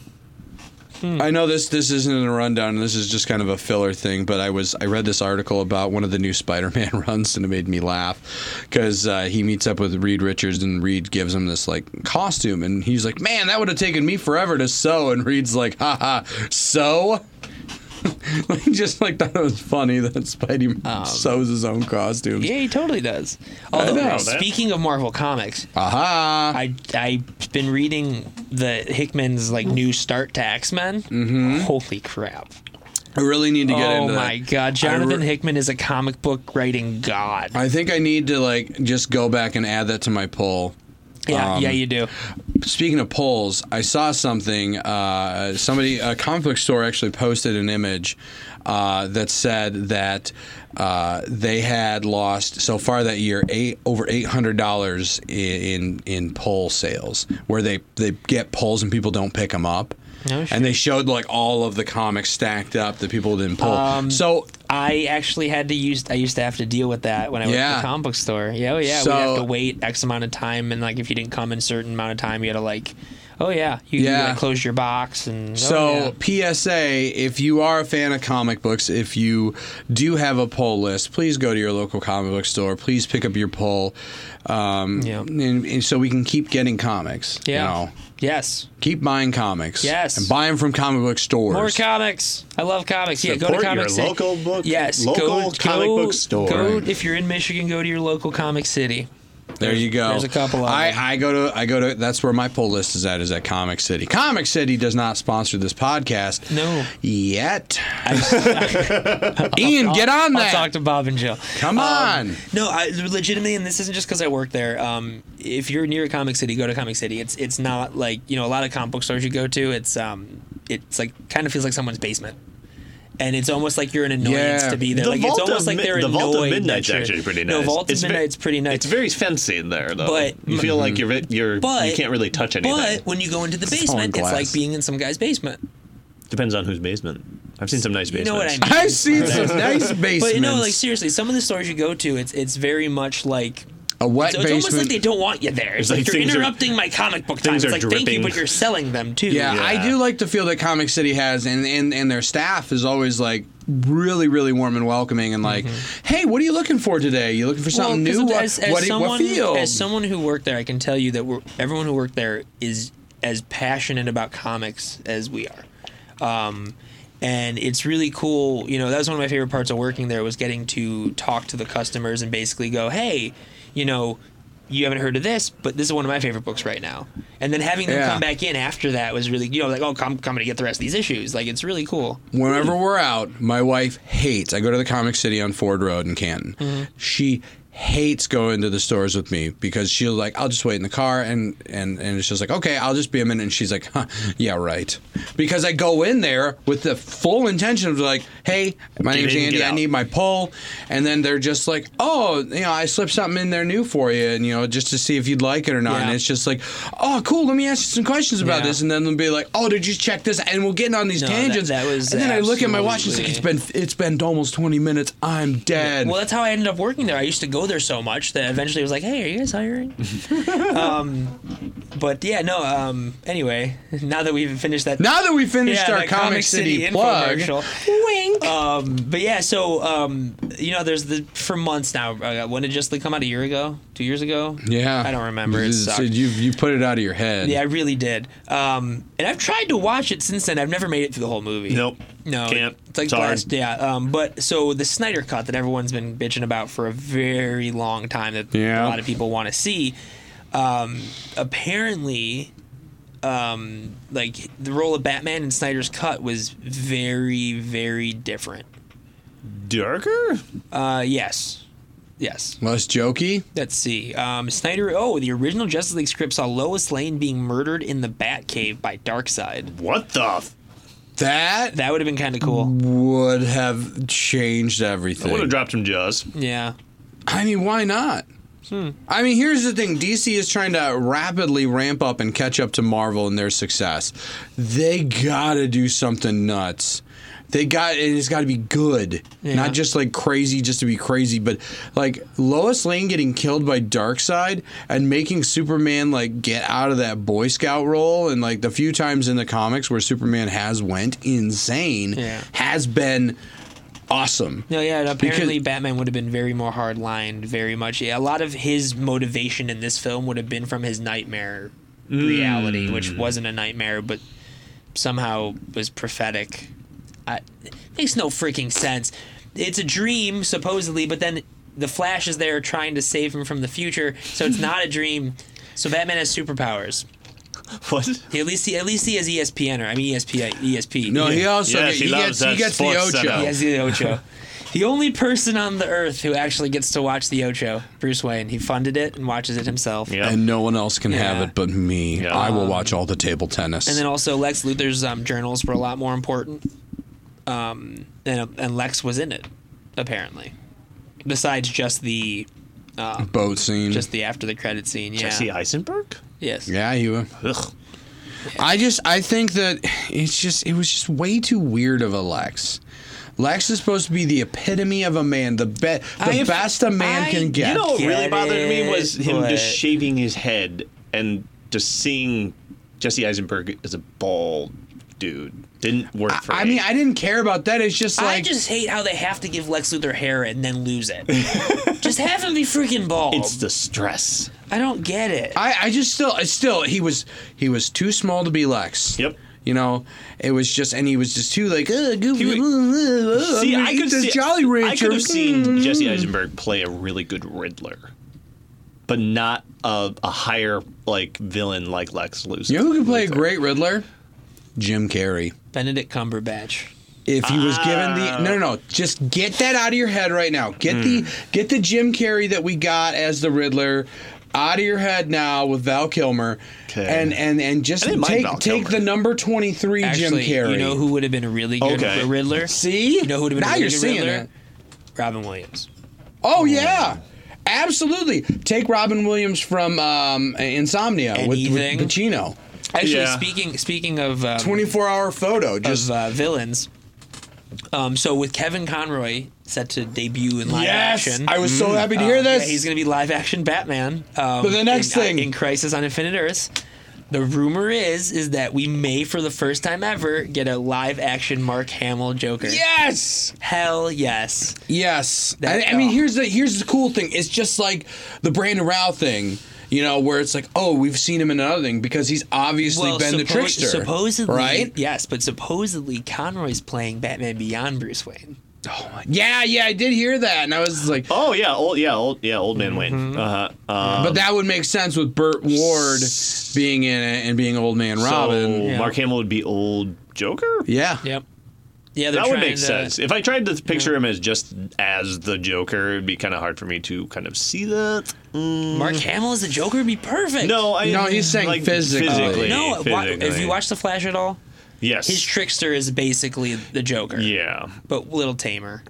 Speaker 1: I know this this isn't a rundown. This is just kind of a filler thing. But I was I read this article about one of the new Spider-Man runs, and it made me laugh because uh, he meets up with Reed Richards, and Reed gives him this like costume, and he's like, "Man, that would have taken me forever to sew." And Reed's like, "Ha ha, sew." Like, just like thought it was funny that Spidey sews his own costumes.
Speaker 2: Yeah, he totally does. Although,
Speaker 5: know that.
Speaker 2: speaking of Marvel comics,
Speaker 1: Aha!
Speaker 2: I I've been reading the Hickman's like new start to X Men. Mm-hmm. Holy crap!
Speaker 1: I really need to get
Speaker 2: oh
Speaker 1: into that.
Speaker 2: my god, Jonathan Hickman is a comic book writing god.
Speaker 1: I think I need to like just go back and add that to my poll.
Speaker 2: Yeah,
Speaker 1: Um,
Speaker 2: yeah, you
Speaker 1: do. Speaking of polls, I saw something. Uh, somebody, a comic book store, actually posted an image uh, that said that uh, they had lost so far that year eight over eight hundred dollars in in poll sales, where they they get polls and people don't pick them up.
Speaker 2: No shit.
Speaker 1: and they showed like all of the comics stacked up that people didn't pull.
Speaker 2: Um,
Speaker 1: so
Speaker 2: I actually had to use. I used to have to deal with that when I went to
Speaker 1: Yeah.
Speaker 2: the comic book store. Yeah, oh yeah.
Speaker 1: So-
Speaker 2: we have to wait X amount of time, and like if you didn't come in a certain amount of time, you had to like, oh yeah, you, you
Speaker 1: Yeah.
Speaker 2: gotta close your box and oh,
Speaker 1: So
Speaker 2: yeah.
Speaker 1: PSA: If you are a fan of comic books, if you do have a poll list, please go to your local comic book store. Please pick up your poll, um, and, and so we can keep getting comics.
Speaker 2: Yeah.
Speaker 1: You know?
Speaker 2: Yes.
Speaker 1: Keep buying comics.
Speaker 2: Yes.
Speaker 1: And buy them from comic book stores.
Speaker 2: More comics. I love comics. Yeah, go to
Speaker 1: Support your
Speaker 2: comic City.
Speaker 1: local
Speaker 2: book. Yes,
Speaker 1: local
Speaker 2: go,
Speaker 1: comic
Speaker 2: go-
Speaker 1: book store.
Speaker 2: Go if you're in Michigan. Go to your local comic city.
Speaker 1: there you go.
Speaker 2: There's a couple of.
Speaker 1: I, I go to I go to that's where my poll list is at is at Comic City. Comic City does not sponsor this podcast.
Speaker 2: No.
Speaker 1: Yet. Ian, get on
Speaker 2: I'll
Speaker 1: that.
Speaker 2: talk to Bob and Jill.
Speaker 1: Come on.
Speaker 2: Um, no, I, legitimately, and this isn't just because I work there. Um, if you're near Comic City, go to Comic City. It's it's not like you know a lot of comic book stores you go to. It's um, it's like kind of feels like someone's basement. And it's almost like you're an annoyance
Speaker 5: Yeah.
Speaker 2: to be there.
Speaker 5: The
Speaker 2: like
Speaker 5: Vault
Speaker 2: it's
Speaker 5: of
Speaker 2: almost like
Speaker 5: Mi-
Speaker 2: they're
Speaker 5: the
Speaker 2: annoyed.
Speaker 5: Vault of
Speaker 2: that
Speaker 5: Midnight's
Speaker 2: you're-
Speaker 5: actually pretty
Speaker 2: No,
Speaker 5: nice.
Speaker 2: Vault
Speaker 5: It's
Speaker 2: of
Speaker 5: ve-
Speaker 2: Midnight's pretty nice.
Speaker 5: It's very fancy in there, though.
Speaker 2: But-
Speaker 5: you feel like you're you're you can't really touch anything.
Speaker 2: But when you go into the
Speaker 5: It's all in
Speaker 2: basement, it's
Speaker 5: glass.
Speaker 2: like being in some guy's basement.
Speaker 5: Depends on whose basement. I've seen some nice
Speaker 2: You
Speaker 5: basements.
Speaker 2: know what I mean? But you know, like seriously, some of the stores you go to, it's it's very much like
Speaker 1: a wet
Speaker 2: it's, It's almost
Speaker 1: basement.
Speaker 2: like they don't want you there.
Speaker 1: It's
Speaker 2: It's,
Speaker 1: like
Speaker 2: like, you're
Speaker 1: things are-
Speaker 2: interrupting my comic book time.
Speaker 1: things
Speaker 2: It's
Speaker 1: are
Speaker 2: like thank you,
Speaker 1: dripping.
Speaker 2: but you're selling them too.
Speaker 1: Yeah, I do like the feel that Comic City has, and, and, and their staff is always like really, really warm and welcoming, and like, hey, what are you looking for today? You looking for something
Speaker 2: Mm-hmm. Well,
Speaker 1: new? What,
Speaker 2: 'cause As, as
Speaker 1: what, do-
Speaker 2: someone,
Speaker 1: what field?
Speaker 2: As someone who worked there, I can tell you that we're, everyone who worked there is as passionate about comics as we are. Um, and it's really cool. You know, that was one of my favorite parts of working there was getting to talk to the customers and basically go, hey, you know, you haven't heard of this, but this is one of my favorite books right now. And then having them
Speaker 1: Yeah.
Speaker 2: come back in after that was really, you know, like, oh, I'm coming to get the rest of these issues. Like, it's really cool.
Speaker 1: Whenever we're out, my wife hates. I go to the Comic City on Ford Road in Canton.
Speaker 5: Mm-hmm.
Speaker 2: Mhm.
Speaker 1: She hates going to the stores with me because she'll like, I'll just wait in the car, and and and it's just like, okay, I'll just be a minute. And she's like, huh, yeah, right, because I go in there with the full intention of like, hey, my
Speaker 5: Get
Speaker 1: name's
Speaker 5: in,
Speaker 1: Andy.
Speaker 5: get
Speaker 1: I
Speaker 5: out.
Speaker 1: need my poll, and then they're just like, oh, you know, I slipped something in there new for you, and you know, just to see if you'd like it or not.
Speaker 2: Yeah.
Speaker 1: And it's just like, oh, cool. Let me ask you some questions about
Speaker 2: Yeah.
Speaker 1: this, and then they'll be like, oh, did you check this? And we'll get in on these
Speaker 2: No, that-
Speaker 1: tangents.
Speaker 2: that was
Speaker 1: and then I look at my watch. It's like it's been
Speaker 2: absolutely-
Speaker 1: it's been almost twenty minutes. I'm dead.
Speaker 2: Well, that's how I ended up working there. I used to go there so much that eventually I was like, "Hey, are you guys hiring?" um, but yeah, no. Um, anyway, now that we've finished that,
Speaker 1: Now that we finished our
Speaker 2: that
Speaker 1: Comic City plug.
Speaker 2: wink. Um, but yeah, so um, you know, there's the for months now. Uh, when did Justly come out? A year ago? Two years ago?
Speaker 1: yeah,
Speaker 2: I don't remember. It
Speaker 1: You- so
Speaker 2: sucked.
Speaker 1: you you put it out of your head.
Speaker 2: Yeah, I really did. Um, and I've tried to watch it since then. I've never made it through the whole movie. Nope. No.
Speaker 5: Can't.
Speaker 2: It's like
Speaker 5: It's hard.
Speaker 2: Blast- yeah. Um, but so the Snyder cut that everyone's been bitching about for a very long time that
Speaker 1: Yeah.
Speaker 2: a lot of people want to see. Um, apparently, um, like the role of Batman in Snyder's cut was very, very different.
Speaker 5: Darker?
Speaker 2: Uh, yes. Yes.
Speaker 1: Less jokey.
Speaker 2: Let's see. Um, Snyder. Oh, the original Justice League script saw Lois Lane being murdered in the Batcave by Darkseid.
Speaker 5: What the? F-
Speaker 1: that
Speaker 2: that would have been kind of cool.
Speaker 1: Would have changed everything.
Speaker 5: I would have dropped some jaws.
Speaker 2: Yeah.
Speaker 1: I mean, why not?
Speaker 2: Hmm.
Speaker 1: I mean, here's the thing: DC is trying to rapidly ramp up and catch up to Marvel in their success. They gotta do something nuts. They got and it's got to be good,
Speaker 2: Yeah.
Speaker 1: not just like crazy, just to be crazy. But like Lois Lane getting killed by Darkseid and making Superman like get out of that Boy Scout role, and like the few times in the comics where Superman has went insane,
Speaker 2: Yeah.
Speaker 1: has been awesome.
Speaker 2: No, yeah. And
Speaker 1: Because-
Speaker 2: apparently, Batman would have been very more hard lined. Very much. Yeah. A lot of his motivation in this film would have been from his nightmare
Speaker 1: Mm.
Speaker 2: reality, which wasn't a nightmare, but somehow was prophetic. I, it makes no freaking sense. It's a dream, supposedly, but then the Flash is there trying to save him from the future, so it's not a dream. So Batman has superpowers.
Speaker 5: What?
Speaker 2: He, at least he at least he has E ESPN or I E mean ESP ESP.
Speaker 1: No, he also- Yes, he he loves gets- he that gets the Sports Ocho. Center.
Speaker 2: He has the Ocho. the only person on the earth who actually gets to watch the Ocho, Bruce Wayne. He funded it and watches it himself.
Speaker 1: And no one else can have
Speaker 2: Yeah.
Speaker 1: it but me. I will watch all the table tennis.
Speaker 2: And then also Lex Luthor's um, journals were a lot more important. Um, and, and Lex was in it, apparently. Besides just the um,
Speaker 1: boat scene.
Speaker 2: just the after the credit scene. Yeah.
Speaker 5: Jesse Eisenberg.
Speaker 2: Yes.
Speaker 1: Yeah, you. were. I just I think that it's just it was just way too weird of a Lex. Lex is supposed to be the epitome of a man, the be- the
Speaker 5: I-
Speaker 1: best a man
Speaker 5: I-
Speaker 1: can get.
Speaker 5: You know what really bothered me was him just
Speaker 1: but-
Speaker 5: shaving his head and just seeing Jesse Eisenberg as a bald dude didn't work for
Speaker 1: I
Speaker 5: me.
Speaker 1: mean, I didn't care about that. It's just like
Speaker 2: I just hate how they have to give Lex Luthor hair and then lose it. just have him be freaking bald.
Speaker 1: It's
Speaker 5: the stress.
Speaker 2: I don't get it.
Speaker 1: I, I just still I still he was he was too small to be Lex.
Speaker 5: Yep.
Speaker 1: You know, it was just and he was just too like uh, goofy.
Speaker 5: see,
Speaker 1: I'm gonna
Speaker 5: I
Speaker 1: eat
Speaker 5: could
Speaker 1: this
Speaker 5: see,
Speaker 1: Jolly
Speaker 5: I
Speaker 1: Rancher.
Speaker 5: could have seen
Speaker 1: Mm.
Speaker 5: Jesse Eisenberg play a really good Riddler, but not a, a higher like villain like Lex Luthor.
Speaker 1: You know who could play a great Riddler? Jim Carrey.
Speaker 2: Benedict Cumberbatch.
Speaker 1: If he was given
Speaker 5: Ah.
Speaker 1: the no no no, just get that out of your head right now. Get
Speaker 5: Hmm.
Speaker 1: the get the Jim Carrey that we got as the Riddler out of your head now with Val Kilmer, and and and just
Speaker 2: I didn't mind
Speaker 1: take
Speaker 2: Val
Speaker 1: take the number twenty three Jim
Speaker 2: Actually,
Speaker 1: Carrey.
Speaker 2: you know who would have been a really good
Speaker 1: Okay.
Speaker 2: Riddler?
Speaker 1: See?
Speaker 2: You know who would have been
Speaker 1: Now
Speaker 2: a really
Speaker 1: you're
Speaker 2: good
Speaker 1: seeing
Speaker 2: Riddler?
Speaker 1: it.
Speaker 2: Robin Williams.
Speaker 1: Oh
Speaker 2: Mm.
Speaker 1: yeah, absolutely. Take Robin Williams from um, Insomnia with, with
Speaker 2: Anything.
Speaker 1: Pacino.
Speaker 2: Actually, speaking speaking of um,
Speaker 1: 24-hour photo,
Speaker 2: just uh, villains. Um, so with Kevin Conroy set to debut in live
Speaker 1: Yes!
Speaker 2: action,
Speaker 1: I was so happy to
Speaker 2: Um,
Speaker 1: hear this.
Speaker 2: yeah, he's going to be live action Batman. Um,
Speaker 1: But the next
Speaker 2: in,
Speaker 1: thing-
Speaker 2: in Crisis on Infinite Earths. The rumor is is that we may, for the first time ever, get a live action Mark Hamill Joker.
Speaker 1: Yes,
Speaker 2: hell yes,
Speaker 1: yes.
Speaker 2: That-
Speaker 1: I, I mean, here's the here's the cool thing. It's just like the Brandon Rao thing, you know, where it's like, oh, we've seen him in another thing because he's obviously been the
Speaker 2: suppo-
Speaker 1: trickster,
Speaker 2: Supposedly,
Speaker 1: right?
Speaker 2: Yes, but supposedly Conroy's playing Batman Beyond Bruce Wayne.
Speaker 1: Oh my! Yeah, yeah, I did hear that, and I was like,
Speaker 5: oh yeah, old yeah, old yeah, old man
Speaker 2: Mm-hmm.
Speaker 5: Wayne. Uh-huh. Um,
Speaker 1: but that would make sense with Burt Ward being in it and being Old Man Robin.
Speaker 5: So Mark Hamill would be old Joker.
Speaker 1: Yeah.
Speaker 2: Yep. Yeah, they're
Speaker 5: that would
Speaker 2: trying
Speaker 5: make
Speaker 2: to-
Speaker 5: sense. If I tried to picture him as just as the Joker, it'd be kind of hard for me to kind of see that. Mm.
Speaker 2: Mark Hamill as the Joker would be perfect.
Speaker 5: No, I- No, he's saying like, physically. physically,
Speaker 2: no, wa- if
Speaker 5: physically.
Speaker 2: you watch The Flash at all,
Speaker 5: Yes.
Speaker 2: his trickster is basically the Joker.
Speaker 5: Yeah,
Speaker 2: but little tamer.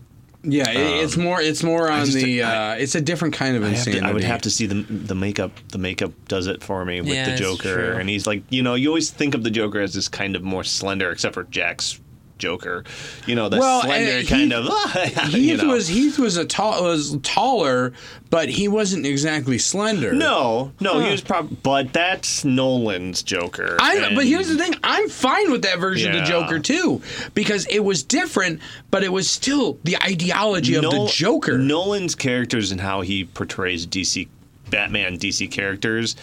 Speaker 1: Yeah, it,
Speaker 2: Um,
Speaker 1: it's more it's more on the uh, it's a different kind of
Speaker 5: I, have
Speaker 1: insanity.
Speaker 5: to, I would have to see the the makeup. The makeup does it for me with
Speaker 1: Yeah,
Speaker 5: the
Speaker 1: that's
Speaker 5: Joker,
Speaker 1: true.
Speaker 5: and he's like, you know, you always think of the Joker as this kind of more slender, except for Jack's Joker. You know, the
Speaker 1: Well,
Speaker 5: slender
Speaker 1: and
Speaker 5: kind
Speaker 1: Heath-
Speaker 5: of. you
Speaker 1: Heath
Speaker 5: know.
Speaker 1: was Heath was a tall was taller, but he wasn't exactly slender.
Speaker 5: No, no, he
Speaker 1: Huh.
Speaker 5: was probably, but that's Nolan's Joker.
Speaker 1: I, but
Speaker 5: and-
Speaker 1: here's the thing: I'm fine with that version of
Speaker 5: Yeah.
Speaker 1: the Joker too, because it was different, but it was still the ideology of the
Speaker 5: Nol-
Speaker 1: Joker.
Speaker 5: Nolan's characters and how he portrays DC Batman DC characters.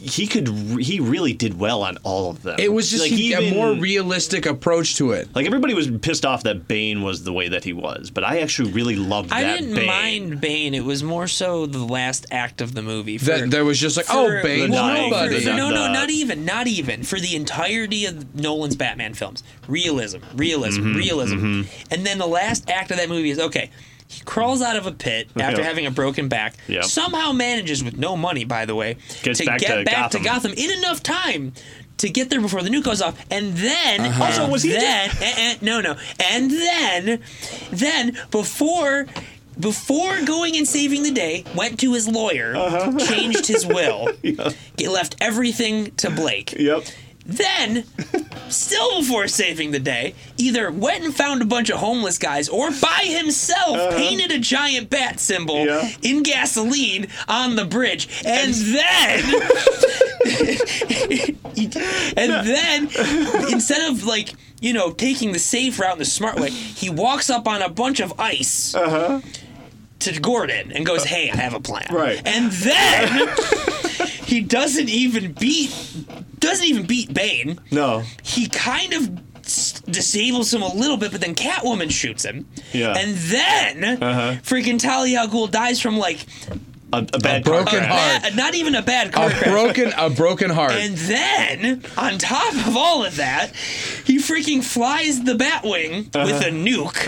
Speaker 5: He could. Re- he really did well on all of them.
Speaker 1: It was just he- a more
Speaker 5: realistic
Speaker 1: approach to it.
Speaker 5: Like everybody was pissed off that Bane was the way that he was, but I actually really loved
Speaker 2: I
Speaker 5: that
Speaker 2: didn't
Speaker 5: Bane.
Speaker 2: mind Bane. It was more so the last act of the movie. For,
Speaker 1: That- there was just like, oh, Bane's
Speaker 2: well,
Speaker 1: The dying,
Speaker 2: no, for-
Speaker 1: the-
Speaker 2: no, no,
Speaker 1: the-
Speaker 2: not even, not even for the entirety of Nolan's Batman films. Realism, realism,
Speaker 5: Mhm,
Speaker 2: realism,
Speaker 5: mhm.
Speaker 2: and then the last act of that movie is okay. He crawls out of a pit after
Speaker 5: Yeah.
Speaker 2: having a broken back.
Speaker 5: Yeah.
Speaker 2: Somehow manages with no money, by the way,
Speaker 5: Gets
Speaker 2: to
Speaker 5: back
Speaker 2: get
Speaker 5: to
Speaker 2: back to
Speaker 5: Gotham.
Speaker 2: Gotham in enough time to get there before the nuke goes off, and then
Speaker 5: Uh-huh. Also, was he
Speaker 2: then eh, eh, no no, and then then before before going and saving the day, went to his lawyer,
Speaker 5: Uh-huh.
Speaker 2: changed his will, he left everything to Blake.
Speaker 5: Yep.
Speaker 2: Then, still before saving the day, either went and found a bunch of homeless guys or by himself
Speaker 5: Uh-huh.
Speaker 2: painted a giant bat symbol in gasoline on the bridge. And then and then instead of like you know taking the safe route and the smart way, he walks up on a bunch of ice to Gordon and goes, "Hey, I have a plan." Right. And then he doesn't even beat doesn't even beat Bane.
Speaker 5: No.
Speaker 2: He kind of s- disables him a little bit, but then Catwoman shoots him.
Speaker 5: Yeah.
Speaker 2: And then freaking Talia al Ghul dies from like
Speaker 5: a, a bad
Speaker 1: A broken
Speaker 5: car crash.
Speaker 1: heart.
Speaker 2: Not even a bad car
Speaker 1: A
Speaker 2: crash.
Speaker 1: broken, a broken heart.
Speaker 2: And then, on top of all of that, he freaking flies the Batwing with a nuke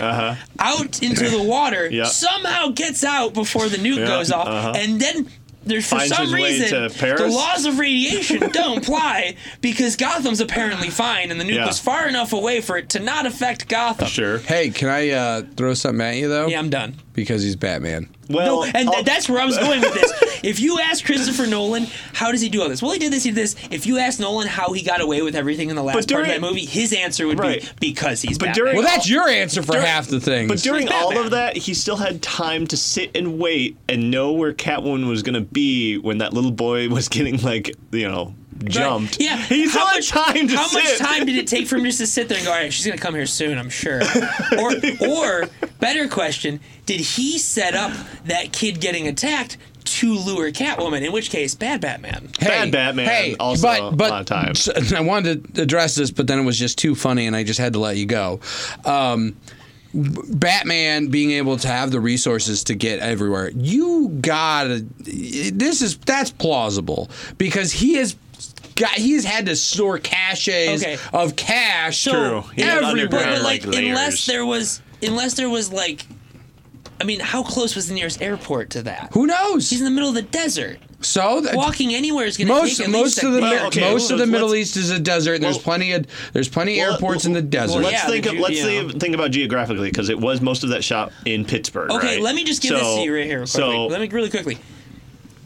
Speaker 2: out into the water.
Speaker 5: Uh-huh. Yeah.
Speaker 2: Somehow gets out before the nuke
Speaker 5: Yeah,
Speaker 2: goes off,
Speaker 5: uh-huh.
Speaker 2: and then. There's, for
Speaker 5: Finds
Speaker 2: some
Speaker 5: his way
Speaker 2: reason,
Speaker 5: to Paris?
Speaker 2: the laws of radiation don't apply because Gotham's apparently fine, and the nuke
Speaker 1: Yeah.
Speaker 2: was far enough away for it to not affect Gotham.
Speaker 5: Sure.
Speaker 1: Hey, can I uh, throw something at you though? Yeah,
Speaker 2: I'm done.
Speaker 1: Because he's Batman.
Speaker 2: no, and th- that's where I was going with this. If you ask Christopher Nolan, how does he do all this? Well, he did this, he did this. If you ask Nolan how he got away with everything in the last part of
Speaker 5: during-
Speaker 2: that movie, his answer would be because he's
Speaker 5: But
Speaker 2: Batman.
Speaker 5: during Well, that's all-
Speaker 1: your answer for
Speaker 5: During-
Speaker 1: half the things.
Speaker 5: But during
Speaker 2: He's
Speaker 5: all
Speaker 2: Batman.
Speaker 5: of that, he still had time to sit and wait and know where Catwoman was going to be when that little boy was getting like, you know, jumped.
Speaker 2: Yeah.
Speaker 5: He still had time to
Speaker 2: how much
Speaker 5: sit.
Speaker 2: time did it take for him just to sit there and go, all right, she's going to come here soon, I'm sure? Or, or better question, did he set up that kid getting attacked to lure Catwoman? In which case, bad Batman.
Speaker 5: Bad Batman
Speaker 1: Hey,
Speaker 5: also
Speaker 1: but, but
Speaker 5: a lot of time.
Speaker 1: s- I wanted to address this, but then it was just too funny, and I just had to let you go. Um, b- Batman being able to have the resources to get everywhere, you gotta. This is that's plausible because he has got he has had to store caches
Speaker 2: Okay.
Speaker 1: of cash.
Speaker 2: but,
Speaker 1: everywhere.
Speaker 2: but, like, unless there was, unless there was like, I mean, how close was the nearest airport to that?
Speaker 1: Who knows? He's
Speaker 2: in the middle of the desert.
Speaker 1: So that-
Speaker 2: walking anywhere is going to
Speaker 1: Most
Speaker 2: take at
Speaker 1: most
Speaker 2: least a
Speaker 1: of the
Speaker 2: day.
Speaker 1: Mi- most of the Middle East is a desert. And there's plenty of there's plenty of airports in the desert.
Speaker 5: let's think. Of, let's think, think about geographically because it was most of that shop in Pittsburgh.
Speaker 2: Okay,
Speaker 5: right?
Speaker 2: let me just give this
Speaker 5: So-
Speaker 2: to you right here. Quickly.
Speaker 5: So
Speaker 2: let me really quickly.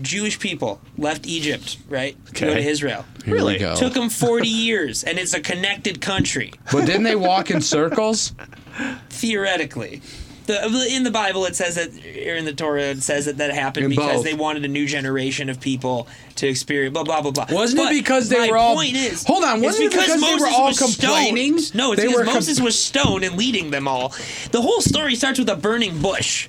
Speaker 2: Jewish people left Egypt, right? To go
Speaker 5: Okay.
Speaker 2: to Israel.
Speaker 1: Here we Really? go.
Speaker 2: Took them 40 years, and it's a connected country,
Speaker 1: But didn't they walk in circles?
Speaker 2: theoretically. The, in the Bible, it says that, or in the Torah, it says that that happened
Speaker 1: In
Speaker 2: because
Speaker 1: both.
Speaker 2: they wanted a new generation of people to experience blah blah blah blah.
Speaker 1: Wasn't
Speaker 2: But
Speaker 1: it because they
Speaker 2: my
Speaker 1: were all?
Speaker 2: Point is,
Speaker 1: hold on,
Speaker 2: it's
Speaker 1: wasn't it because they were
Speaker 2: Moses
Speaker 1: all
Speaker 2: was stoned.
Speaker 1: complaining?
Speaker 2: No, it's
Speaker 1: they
Speaker 2: because
Speaker 1: com-
Speaker 2: Moses was stoned and leading them all. The whole story starts with a burning bush.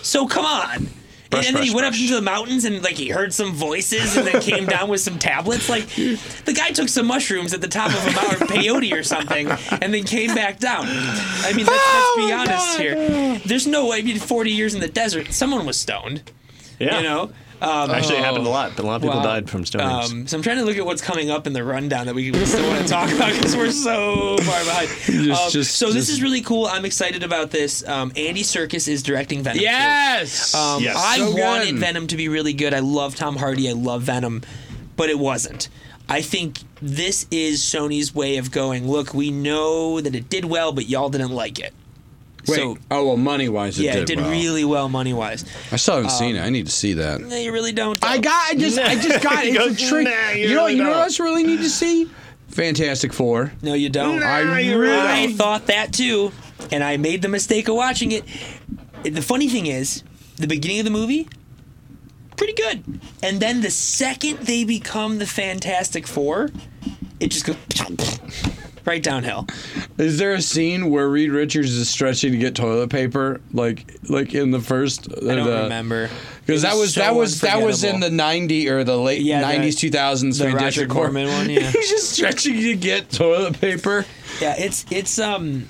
Speaker 2: So come on.
Speaker 5: Brush,
Speaker 2: and then he
Speaker 5: brush,
Speaker 2: went up into the mountains and like he heard some voices and then came down with some tablets. Like the guy took some mushrooms at the top of a mountain, peyote or something, and then came back down. I mean, let's, let's
Speaker 5: Oh,
Speaker 2: be honest here. There's no way. I mean, 40 years in the desert, someone was stoned.
Speaker 5: Yeah.
Speaker 2: You know. Um,
Speaker 5: Actually, it happened a lot. A lot of people
Speaker 2: wow.
Speaker 5: died from stonings.
Speaker 2: Um, so I'm trying to look at what's coming up in the rundown that we still want to talk about because we're so far behind.
Speaker 1: Just-
Speaker 2: Um,
Speaker 1: just-
Speaker 2: so this
Speaker 1: just-
Speaker 2: is really cool. I'm excited about this. Um, Andy Circus is directing Venom. two.
Speaker 1: Yes!
Speaker 2: Um,
Speaker 1: Yes.
Speaker 2: I
Speaker 1: So good.
Speaker 2: wanted Venom to be really good. I love Tom Hardy. I love Venom, but it wasn't. I think this is Sony's way of going. Look, we know that it did well, but y'all didn't like it.
Speaker 1: Wait,
Speaker 2: so
Speaker 1: oh well, money wise,
Speaker 2: yeah,
Speaker 1: did
Speaker 2: it did
Speaker 1: well.
Speaker 2: really well money wise.
Speaker 1: I still haven't seen it. I need to see that.
Speaker 2: No, you really don't.
Speaker 1: um, I got. I just. I just got.
Speaker 2: You
Speaker 1: It's
Speaker 2: go,
Speaker 1: a trick.
Speaker 2: "Nah, you
Speaker 1: you, know.
Speaker 2: really
Speaker 1: you know what
Speaker 2: don't."
Speaker 1: else I really need to see? Fantastic Four.
Speaker 2: No, you don't.
Speaker 1: Nah, I you really
Speaker 2: I
Speaker 1: don't.
Speaker 2: thought that too, and I made the mistake of watching it. The funny thing is, the beginning of the movie, pretty good, and then the second they become the Fantastic Four, it just goes right downhill.
Speaker 1: Is there a scene where Reed Richards is stretching to get toilet paper, like like in the first?
Speaker 2: I don't remember.
Speaker 1: Because
Speaker 2: It
Speaker 1: that was
Speaker 2: so
Speaker 1: that was that was in
Speaker 2: unforgettable.
Speaker 1: the '90s or the late
Speaker 2: Yeah, the-
Speaker 1: '90s, 2000s.
Speaker 2: the
Speaker 1: Fantastic
Speaker 2: Roger
Speaker 1: Four.
Speaker 2: Corman one, yeah.
Speaker 1: He's just stretching to get toilet paper.
Speaker 2: Yeah, it's it's um,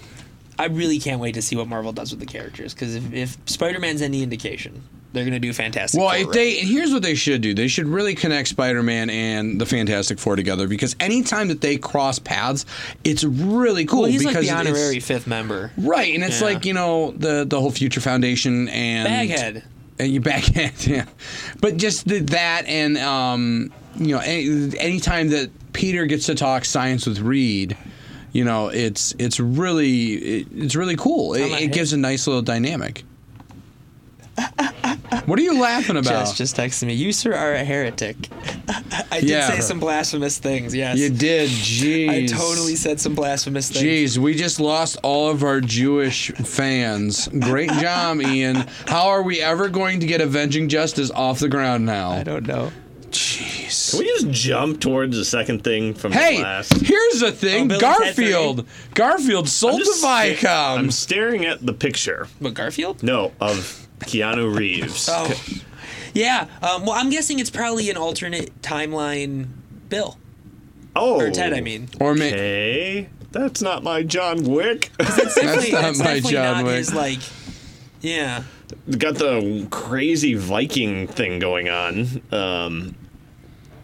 Speaker 2: I really can't wait to see what Marvel does with the characters because if, if Spider Man's any indication, they're gonna do Fantastic.
Speaker 1: Well,
Speaker 2: Four,
Speaker 1: if
Speaker 2: right?
Speaker 1: they and here's what they should do. They should really connect Spider-Man and the Fantastic Four together because anytime that they cross paths, it's really cool.
Speaker 2: Well, he's like
Speaker 1: because
Speaker 2: the
Speaker 1: it's-
Speaker 2: honorary fifth member,
Speaker 1: right? And it's
Speaker 2: Yeah.
Speaker 1: like you know the the whole Future Foundation and
Speaker 2: Baghead.
Speaker 1: and you Baghead, yeah. But just the, that and um, you know any, anytime that Peter gets to talk science with Reed. You know, it's it's really it, it's really cool. It, it gives a nice little dynamic. What are you laughing about?
Speaker 2: Jess just texted me. You sir are a heretic. I did
Speaker 1: Yeah.
Speaker 2: say some blasphemous things. Yes,
Speaker 1: You did, jeez.
Speaker 2: I totally said some blasphemous things.
Speaker 1: Jeez, we just lost all of our Jewish fans. Great job, Ian. How are we ever going to get avenging justice off the ground now? I
Speaker 2: don't know.
Speaker 1: Jeez.
Speaker 5: Can we just jump towards the second thing from
Speaker 1: Hey,
Speaker 5: the last?
Speaker 1: here's the
Speaker 2: Oh,
Speaker 1: thing.
Speaker 5: Billy's had
Speaker 1: Garfield. Garfield sold to
Speaker 5: sta-
Speaker 1: Viacom.
Speaker 5: I'm staring at the picture.
Speaker 2: But Garfield?
Speaker 5: No, of Keanu Reeves.
Speaker 2: Oh. Yeah. Um, well, I'm guessing it's probably an alternate timeline. Bill.
Speaker 5: Oh.
Speaker 2: Or Ted, I mean.
Speaker 1: Or
Speaker 5: me. Hey, that's not my John Wick.
Speaker 2: That's
Speaker 5: definitely
Speaker 2: definitely not his like. Yeah.
Speaker 5: got the crazy Viking thing going on. Um,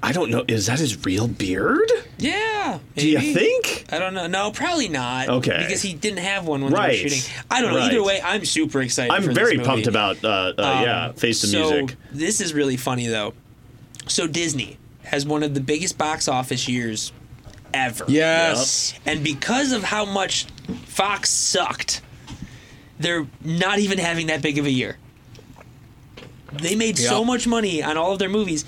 Speaker 5: I don't know. Is that his real beard?
Speaker 2: Yeah.
Speaker 5: Do you
Speaker 2: maybe.
Speaker 5: think?
Speaker 2: I don't know. No, probably not.
Speaker 5: Okay.
Speaker 2: Because he didn't have one when
Speaker 5: Right.
Speaker 2: they were shooting. I don't know.
Speaker 5: Right.
Speaker 2: Either way, I'm super excited.
Speaker 5: I'm
Speaker 2: for this
Speaker 5: very
Speaker 2: movie.
Speaker 5: pumped about uh, uh, yeah,
Speaker 2: Um,
Speaker 5: Face the
Speaker 2: so
Speaker 5: Music.
Speaker 2: This is really funny though. So Disney has one of the biggest box office years ever.
Speaker 1: Yes.
Speaker 2: And because of how much Fox sucked, they're not even having that big of a year. They made so
Speaker 1: Yep.
Speaker 2: much money on all of their movies,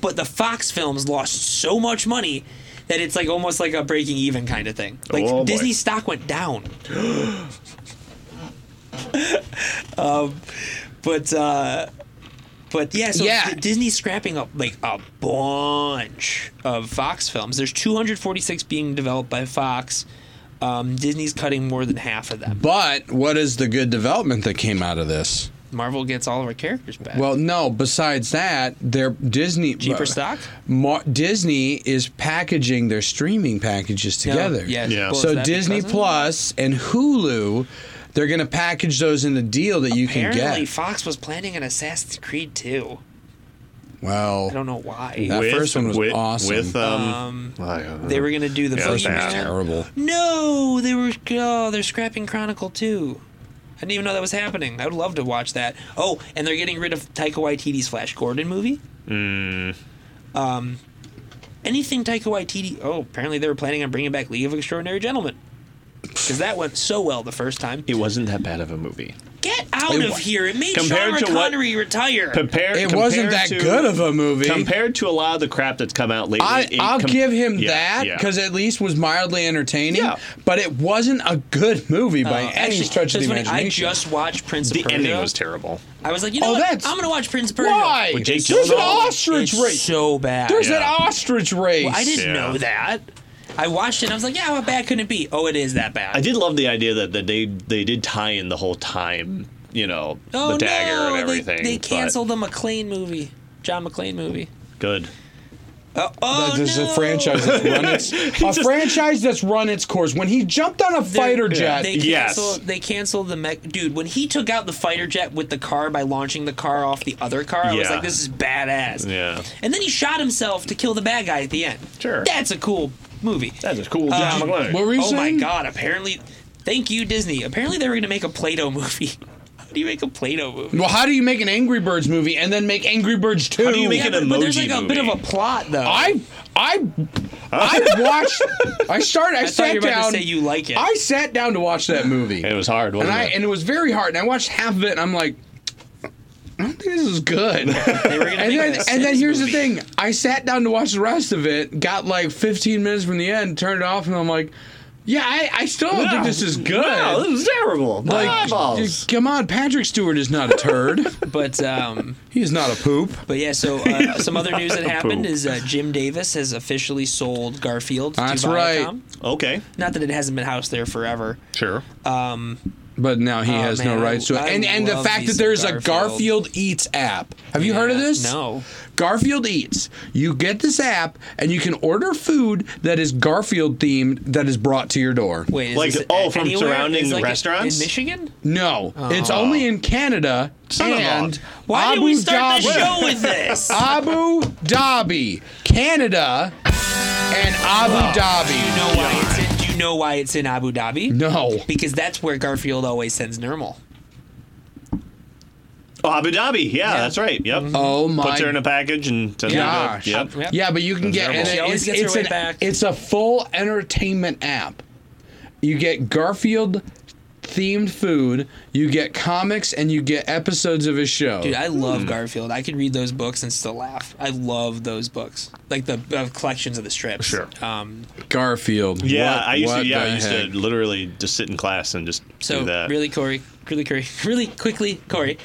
Speaker 2: but the Fox films lost so much money that it's like almost like a breaking even kind of thing. Like
Speaker 5: Oh, boy.
Speaker 2: Disney stock went down. um, but uh, but yeah, so
Speaker 1: Yeah.
Speaker 2: D- Disney's scrapping up like a bunch of Fox films. There's 246 being developed by Fox. Um, Disney's cutting more than half of them.
Speaker 1: But what is the good development that came out of this?
Speaker 2: Marvel gets all of our characters back.
Speaker 1: Well, uh, no. Besides that, their Disney
Speaker 2: Cheaper stock?
Speaker 1: Mar- Disney is packaging their streaming packages
Speaker 2: Yeah,
Speaker 1: together.
Speaker 2: yes. Yeah. Well, is
Speaker 1: So
Speaker 2: that
Speaker 1: Disney
Speaker 2: because of
Speaker 1: Plus and Hulu, they're going to package those in a deal that you can
Speaker 2: Apparently,
Speaker 1: get.
Speaker 2: Fox was planning an Assassin's Creed 2.
Speaker 1: Well,
Speaker 2: I don't know why.
Speaker 1: that
Speaker 5: With-
Speaker 1: first one was
Speaker 5: with-
Speaker 1: awesome.
Speaker 5: With um,
Speaker 2: Um, they were gonna do the
Speaker 5: first
Speaker 2: Boogeyman.
Speaker 1: terrible.
Speaker 2: No, they were. Oh, they're scrapping Chronicle 2. I didn't even know that was happening. I would love to watch that. Oh, and they're getting rid of Taika Waititi's Flash Gordon movie.
Speaker 5: Mm,
Speaker 2: Um, anything Taika Waititi. Oh, apparently they were planning on bringing back League of Extraordinary Gentlemen. Because that went so well the first time.
Speaker 5: it wasn't that bad of a movie.
Speaker 2: Get out
Speaker 5: It
Speaker 2: of
Speaker 5: wa-
Speaker 2: here! It made Sean
Speaker 5: compared to what-
Speaker 2: Connery retire.
Speaker 5: Compare,
Speaker 1: It wasn't
Speaker 5: compared
Speaker 1: that
Speaker 5: to-
Speaker 1: good of a movie.
Speaker 5: compared to a lot of the crap that's come out lately.
Speaker 1: I,
Speaker 5: it
Speaker 1: I'll
Speaker 5: com-
Speaker 1: give him
Speaker 5: Yeah,
Speaker 1: that
Speaker 5: yeah.
Speaker 1: because at least was mildly entertaining.
Speaker 5: Yeah.
Speaker 1: But it wasn't a good movie by
Speaker 2: Uh,
Speaker 1: any
Speaker 2: actually,
Speaker 1: stretch of
Speaker 2: it's
Speaker 1: the
Speaker 2: funny, I
Speaker 1: imagination.
Speaker 2: just watched Prince
Speaker 5: the
Speaker 2: of Persia.
Speaker 5: ending was terrible.
Speaker 2: I was like, you know
Speaker 1: Oh,
Speaker 2: what?
Speaker 1: that's-
Speaker 2: I'm gonna watch Prince of Persia.
Speaker 1: Why?
Speaker 5: With Jake
Speaker 1: There's an
Speaker 5: Gyllenhaal?
Speaker 1: ostrich
Speaker 2: It's
Speaker 1: race.
Speaker 2: so bad.
Speaker 1: There's
Speaker 5: Yeah.
Speaker 1: an ostrich race.
Speaker 2: Well, I didn't
Speaker 5: Yeah.
Speaker 2: know that. I watched it. and I was like, yeah, how bad could it be? Oh, it is that bad.
Speaker 5: I did love the idea that, that they they did tie in the whole time, you know,
Speaker 2: oh
Speaker 5: the dagger
Speaker 2: no!
Speaker 5: and everything.
Speaker 2: they, they
Speaker 5: but
Speaker 2: canceled the McLean movie, John McLean movie.
Speaker 5: Good.
Speaker 2: Uh, oh
Speaker 1: That is
Speaker 2: no!
Speaker 1: a franchise that's run its a franchise that's run its course. When he jumped on a fighter jet,
Speaker 2: They
Speaker 5: Yes.
Speaker 2: canceled, They canceled the mech. Dude, when he took out the fighter jet with the car by launching the car off the other car, I was
Speaker 5: Yeah.
Speaker 2: like, this is badass.
Speaker 5: Yeah.
Speaker 2: And then he shot himself to kill the bad guy at the end.
Speaker 5: Sure.
Speaker 2: That's a cool movie.
Speaker 5: That's a cool
Speaker 2: Um,
Speaker 5: John McClane.
Speaker 1: what were you
Speaker 2: oh
Speaker 1: saying?
Speaker 2: my god, apparently. Thank you, Disney. Apparently, they were going to make a Play Doh movie. How do you make a Play Doh movie?
Speaker 1: Well, how do you make an Angry Birds movie and then make Angry Birds two?
Speaker 5: How do you make
Speaker 2: Yeah, but,
Speaker 5: an
Speaker 2: but there's
Speaker 5: emoji
Speaker 2: like a bit of
Speaker 5: movie.
Speaker 2: a plot, though.
Speaker 1: I I I watched. I started. I,
Speaker 2: I thought
Speaker 1: sat
Speaker 2: you were about
Speaker 1: down.
Speaker 2: to say you like it.
Speaker 1: I sat down to watch that movie.
Speaker 5: It was hard,
Speaker 1: and
Speaker 5: wasn't
Speaker 1: I
Speaker 5: it?
Speaker 1: and it was very hard. And I watched half of it, and I'm like, I don't think this is good.
Speaker 2: they were gonna
Speaker 1: And
Speaker 2: make
Speaker 1: then,
Speaker 2: a
Speaker 1: and then
Speaker 2: Sims
Speaker 1: here's the
Speaker 2: movie.
Speaker 1: thing. I sat down to watch the rest of it, got like 15 minutes from the end, turned it off, and I'm like, yeah, I, I still don't think this is good.
Speaker 5: No, this is terrible.
Speaker 1: like,
Speaker 5: Eyeballs.
Speaker 1: come on, Patrick Stewart is not a turd.
Speaker 2: But um,
Speaker 1: He's not a poop.
Speaker 2: but yeah. So uh, some other news that happened
Speaker 5: poop.
Speaker 2: is uh, Jim Davis has officially sold Garfield.
Speaker 1: That's
Speaker 2: to Viacom.
Speaker 1: right.
Speaker 5: Okay. Oh,
Speaker 2: Not that it hasn't been housed there forever.
Speaker 5: Sure.
Speaker 1: But now he
Speaker 2: Oh,
Speaker 1: has no
Speaker 2: man, I-
Speaker 1: rights to it.
Speaker 2: I
Speaker 1: and and the
Speaker 2: love
Speaker 1: fact
Speaker 2: me
Speaker 1: that
Speaker 2: some
Speaker 1: there's a
Speaker 2: Garfield.
Speaker 1: Garfield Eats app. Have you heard of
Speaker 2: Yeah,
Speaker 1: this?
Speaker 2: no.
Speaker 1: Garfield Eats. You get this app and you can order food that is Garfield themed that is brought to your door.
Speaker 2: Wait, is
Speaker 5: Like,
Speaker 2: this
Speaker 5: oh, from
Speaker 2: anywhere?
Speaker 5: surrounding
Speaker 2: Is, like,
Speaker 5: restaurants?
Speaker 2: in Michigan.
Speaker 1: No, it's only in Canada
Speaker 5: Son of a-
Speaker 1: and
Speaker 2: Oh. Why
Speaker 1: Abu
Speaker 2: did we start the
Speaker 1: Dhabi.
Speaker 2: show with this?
Speaker 1: Abu Dhabi, Canada, and Abu
Speaker 2: Do you
Speaker 1: Dhabi.
Speaker 2: know why it's in? Do you know why it's in Abu Dhabi?
Speaker 1: No.
Speaker 2: Because that's where Garfield always sends Normal.
Speaker 5: Oh, Abu Dhabi. Yeah,
Speaker 2: Yeah.
Speaker 5: that's right. Yep.
Speaker 1: Oh my
Speaker 5: Puts her in a package and sends her
Speaker 1: gosh.
Speaker 5: to Yep.
Speaker 2: Yep.
Speaker 1: Yeah, but you can get and
Speaker 2: She
Speaker 1: it's,
Speaker 2: always gets her
Speaker 1: it's
Speaker 2: way
Speaker 1: an-
Speaker 2: back.
Speaker 1: it's a full entertainment app. You get Garfield themed food, you get comics, and you get episodes of his show.
Speaker 2: Dude, I love
Speaker 5: Hmm.
Speaker 2: Garfield. I could read those books and still laugh. I love those books, like the uh, collections of the strips.
Speaker 5: Sure.
Speaker 2: Um,
Speaker 1: Garfield.
Speaker 5: Yeah,
Speaker 1: What-
Speaker 5: I used
Speaker 1: what
Speaker 5: to. Yeah,
Speaker 1: the
Speaker 5: I used
Speaker 1: heck?
Speaker 5: to literally just sit in class and just
Speaker 2: so
Speaker 5: do that.
Speaker 2: really, Corey, really, Corey, really quickly, Corey.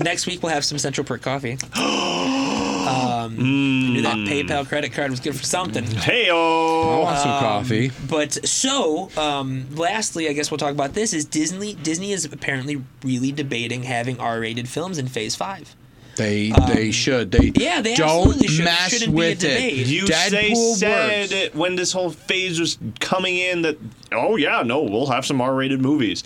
Speaker 2: next week we'll have some Central Perk coffee. Um, I knew
Speaker 5: Hmm.
Speaker 2: that PayPal credit card was good for something.
Speaker 5: Hey,
Speaker 1: I
Speaker 5: oh.
Speaker 1: want
Speaker 2: Um,
Speaker 1: some coffee.
Speaker 2: But so, um, lastly, I guess we'll talk about this. Is Disney? Disney is apparently really debating having R-rated films in Phase Five.
Speaker 1: They they should. They
Speaker 2: um, Yeah, they
Speaker 1: don't
Speaker 2: absolutely should. It
Speaker 1: mess
Speaker 2: shouldn't be a
Speaker 1: with it.
Speaker 2: debate.
Speaker 5: You say
Speaker 1: Deadpool
Speaker 5: said
Speaker 1: works.
Speaker 5: it when this whole phase was coming in that oh yeah no we'll have some R-rated movies.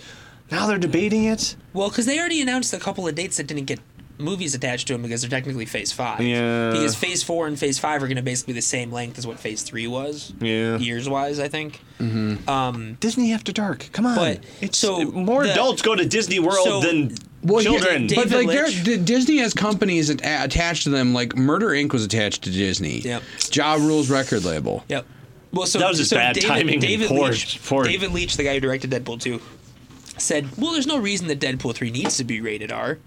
Speaker 5: Now they're debating it.
Speaker 2: Well, because they already announced a couple of dates that didn't get movies attached to them because they're technically Phase Five.
Speaker 5: Yeah.
Speaker 2: Because Phase Four and Phase Five are going to basically be the same length as what Phase Three was.
Speaker 5: Yeah.
Speaker 2: Years wise, I think.
Speaker 5: Mm-hmm.
Speaker 2: Um,
Speaker 5: Disney After Dark. Come on.
Speaker 2: But so
Speaker 5: More adults go to Disney World
Speaker 2: so-
Speaker 5: than children.
Speaker 1: Yeah, but like they're- D- Disney has companies att- attached to them. Like Murder Inc. was attached to Disney.
Speaker 2: Yep.
Speaker 1: Ja Rule's record label.
Speaker 2: Yep. Well, so
Speaker 1: That was just
Speaker 2: so
Speaker 1: bad timing and poor-
Speaker 2: Leitch,
Speaker 1: poor-
Speaker 2: David Leitch, the guy who directed Deadpool two, said, "Well, there's no reason that Deadpool three needs to be rated R.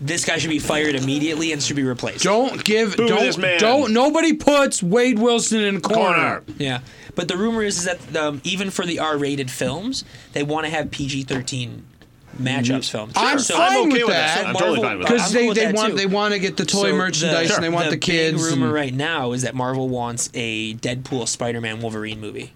Speaker 2: This guy should be fired immediately and should be replaced."
Speaker 1: Don't give. don't. Don't. Nobody puts Wade Wilson in a corner.
Speaker 2: Yeah, but the rumor is, is that um, even for the R rated films, they want to have PG thirteen matchups films.
Speaker 1: I'm
Speaker 2: So-
Speaker 1: fine with, that.
Speaker 2: So Marvel-
Speaker 1: Because
Speaker 2: I'm
Speaker 1: they,
Speaker 2: cool with
Speaker 1: they
Speaker 2: that,
Speaker 1: want
Speaker 2: too.
Speaker 1: they want to get the toy
Speaker 2: So
Speaker 1: merchandise and they want the, kids.
Speaker 2: Big rumor
Speaker 1: and-
Speaker 2: right now is that Marvel wants a Deadpool, Spider-Man, Wolverine movie.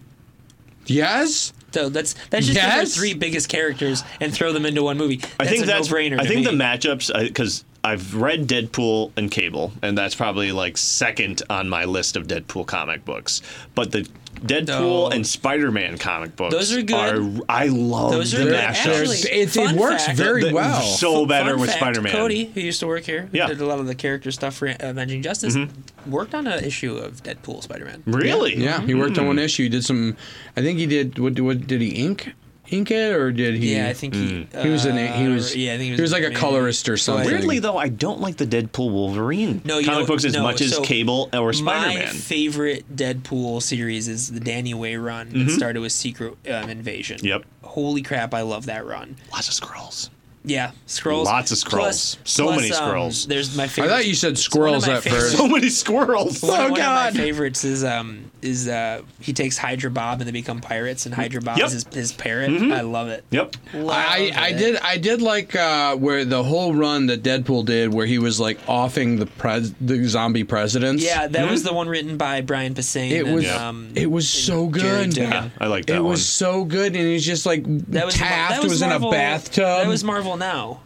Speaker 1: Yes.
Speaker 2: So that's that's just
Speaker 1: Yes?
Speaker 2: their three biggest characters and throw them into one movie. That's
Speaker 5: I think
Speaker 2: a
Speaker 5: that's
Speaker 2: no-brainer.
Speaker 5: I
Speaker 2: to
Speaker 5: think the
Speaker 2: me.
Speaker 5: matchups because I've read Deadpool and Cable, and that's probably like second on my list of Deadpool comic books. But the Deadpool and Spider-Man comic books,
Speaker 2: Those are good.
Speaker 5: are- I love
Speaker 2: Those are
Speaker 5: the
Speaker 2: good.
Speaker 5: matchups.
Speaker 2: Actually, It- it fun works fact- very
Speaker 5: The-
Speaker 2: well.
Speaker 5: So
Speaker 2: Fun
Speaker 5: better with
Speaker 2: fact,
Speaker 5: Spider-Man.
Speaker 2: Cody, who used to work here, who
Speaker 5: Yeah.
Speaker 2: did a lot of the character stuff for Avenging Justice,
Speaker 5: Mhm.
Speaker 2: worked on an issue of Deadpool, Spider-Man.
Speaker 1: Yeah, he worked on
Speaker 5: Hmm.
Speaker 1: one issue. He did some. I think he did. What, what did he ink? Ink it or did he?
Speaker 2: Yeah, I think he- Mm.
Speaker 1: he was an.
Speaker 2: uh,
Speaker 1: He was.
Speaker 2: yeah, I think he was
Speaker 1: like a
Speaker 2: maybe-
Speaker 1: colorist or something.
Speaker 5: Weirdly though, I don't like the Deadpool Wolverine
Speaker 2: No, you
Speaker 5: comic
Speaker 2: know-
Speaker 5: books as
Speaker 2: no,
Speaker 5: much as
Speaker 2: so
Speaker 5: Cable or Spider-Man.
Speaker 2: My favorite Deadpool series is the Danny Way run
Speaker 5: Mhm.
Speaker 2: that started with Secret um, Invasion.
Speaker 5: Yep.
Speaker 2: Holy crap, I love that run.
Speaker 5: Lots of scrolls.
Speaker 2: Yeah, scrolls.
Speaker 5: Lots of
Speaker 2: Plus-
Speaker 5: scrolls. so
Speaker 2: plus,
Speaker 5: many
Speaker 2: um,
Speaker 5: scrolls.
Speaker 2: there's my
Speaker 1: I
Speaker 2: favorite.
Speaker 1: thought you said squirrels
Speaker 2: my
Speaker 1: at
Speaker 2: favorites.
Speaker 1: first.
Speaker 5: so many squirrels.
Speaker 2: One,
Speaker 5: oh
Speaker 2: one
Speaker 5: god.
Speaker 2: of my favorites is um is uh he takes Hydra Bob and they become pirates and Hydra Bob
Speaker 1: Yep.
Speaker 2: is his, his parrot.
Speaker 1: Mhm.
Speaker 2: I love it.
Speaker 5: Mm-hmm. Yep.
Speaker 1: I, I did I did like uh, where the whole run that Deadpool did where he was like offing the pres- the zombie presidents.
Speaker 2: Yeah, that was
Speaker 5: Mm-hmm.
Speaker 2: the one written by Brian Posehn.
Speaker 1: It
Speaker 2: and,
Speaker 1: was
Speaker 2: um,
Speaker 1: it was so
Speaker 2: Jerry
Speaker 1: good.
Speaker 2: Duggan. Yeah,
Speaker 5: I like
Speaker 1: It
Speaker 5: that one.
Speaker 1: was so good, and he's just like Taft
Speaker 2: that
Speaker 1: was, in
Speaker 2: Marvel-
Speaker 1: a bathtub.
Speaker 2: That was Marvel Now.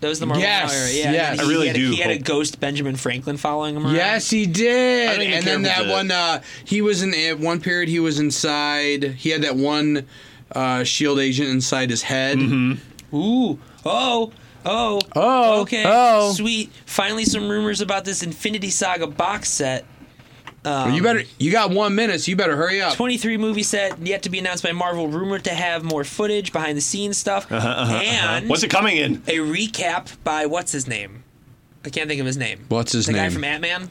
Speaker 2: That was the Marvel
Speaker 1: Yes,
Speaker 2: Now era. Yeah, and
Speaker 1: yes.
Speaker 2: then
Speaker 1: I
Speaker 2: he
Speaker 1: really
Speaker 2: had,
Speaker 1: do
Speaker 2: He had a
Speaker 1: hope-
Speaker 2: ghost Benjamin Franklin following him around.
Speaker 1: Yes, he did.
Speaker 2: I don't even
Speaker 1: And
Speaker 2: care
Speaker 1: then
Speaker 2: if
Speaker 1: that
Speaker 2: it's a-
Speaker 1: one, uh, he was in at one period. He was inside. He had that one uh, shield agent inside his head. Mm-hmm.
Speaker 2: Ooh, oh, oh,
Speaker 1: oh,
Speaker 2: Okay.
Speaker 1: oh.
Speaker 2: Sweet. Finally, some rumors about this Infinity Saga box set.
Speaker 1: Well, you
Speaker 2: Um,
Speaker 1: better. You got one minute, so you better hurry up.
Speaker 2: 23 movie set yet to be announced by Marvel, rumored to have more footage, behind the scenes stuff,
Speaker 5: Uh-huh, uh-huh, uh-huh.
Speaker 2: and
Speaker 5: What's it coming in?
Speaker 2: a recap by what's his name? I can't think of his name.
Speaker 1: What's his
Speaker 2: the
Speaker 1: name?
Speaker 2: guy from Ant Man?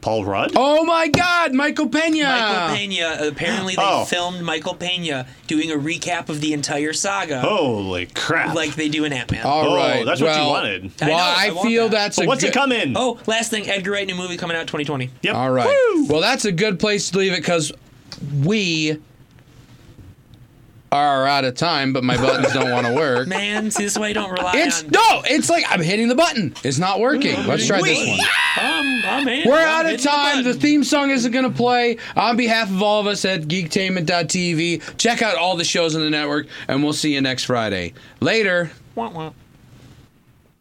Speaker 5: Paul Rudd?
Speaker 1: Oh my God, Michael Pena.
Speaker 2: Michael Pena. Apparently, they
Speaker 1: Oh.
Speaker 2: filmed Michael Pena doing a recap of the entire saga.
Speaker 5: Holy crap.
Speaker 2: Like they do in Ant Man.
Speaker 1: Oh. All Oh, right,
Speaker 5: that's what you well- wanted.
Speaker 2: know,
Speaker 1: well, I
Speaker 2: want
Speaker 1: feel
Speaker 2: that.
Speaker 1: that's But a what's it good-
Speaker 5: come in?
Speaker 2: Oh, last thing, Edgar Wright new movie coming out 2020.
Speaker 5: Yep.
Speaker 1: All right. Well, that's a good place to leave it because we are out of time, but my buttons don't want to work.
Speaker 2: Man, see this way you don't rely
Speaker 1: It's
Speaker 2: on.
Speaker 1: no, it's like I'm hitting the button. It's not working. Let's try this one.
Speaker 2: Um, I'm in.
Speaker 1: We're out
Speaker 2: I'm
Speaker 1: of
Speaker 2: Mm-hmm. hitting the
Speaker 1: time. The, theme song isn't going to play. On behalf of all of us at geektainment.tv, check out all the shows on the network, and we'll see you next Friday. Later.
Speaker 2: button. Wah, wah.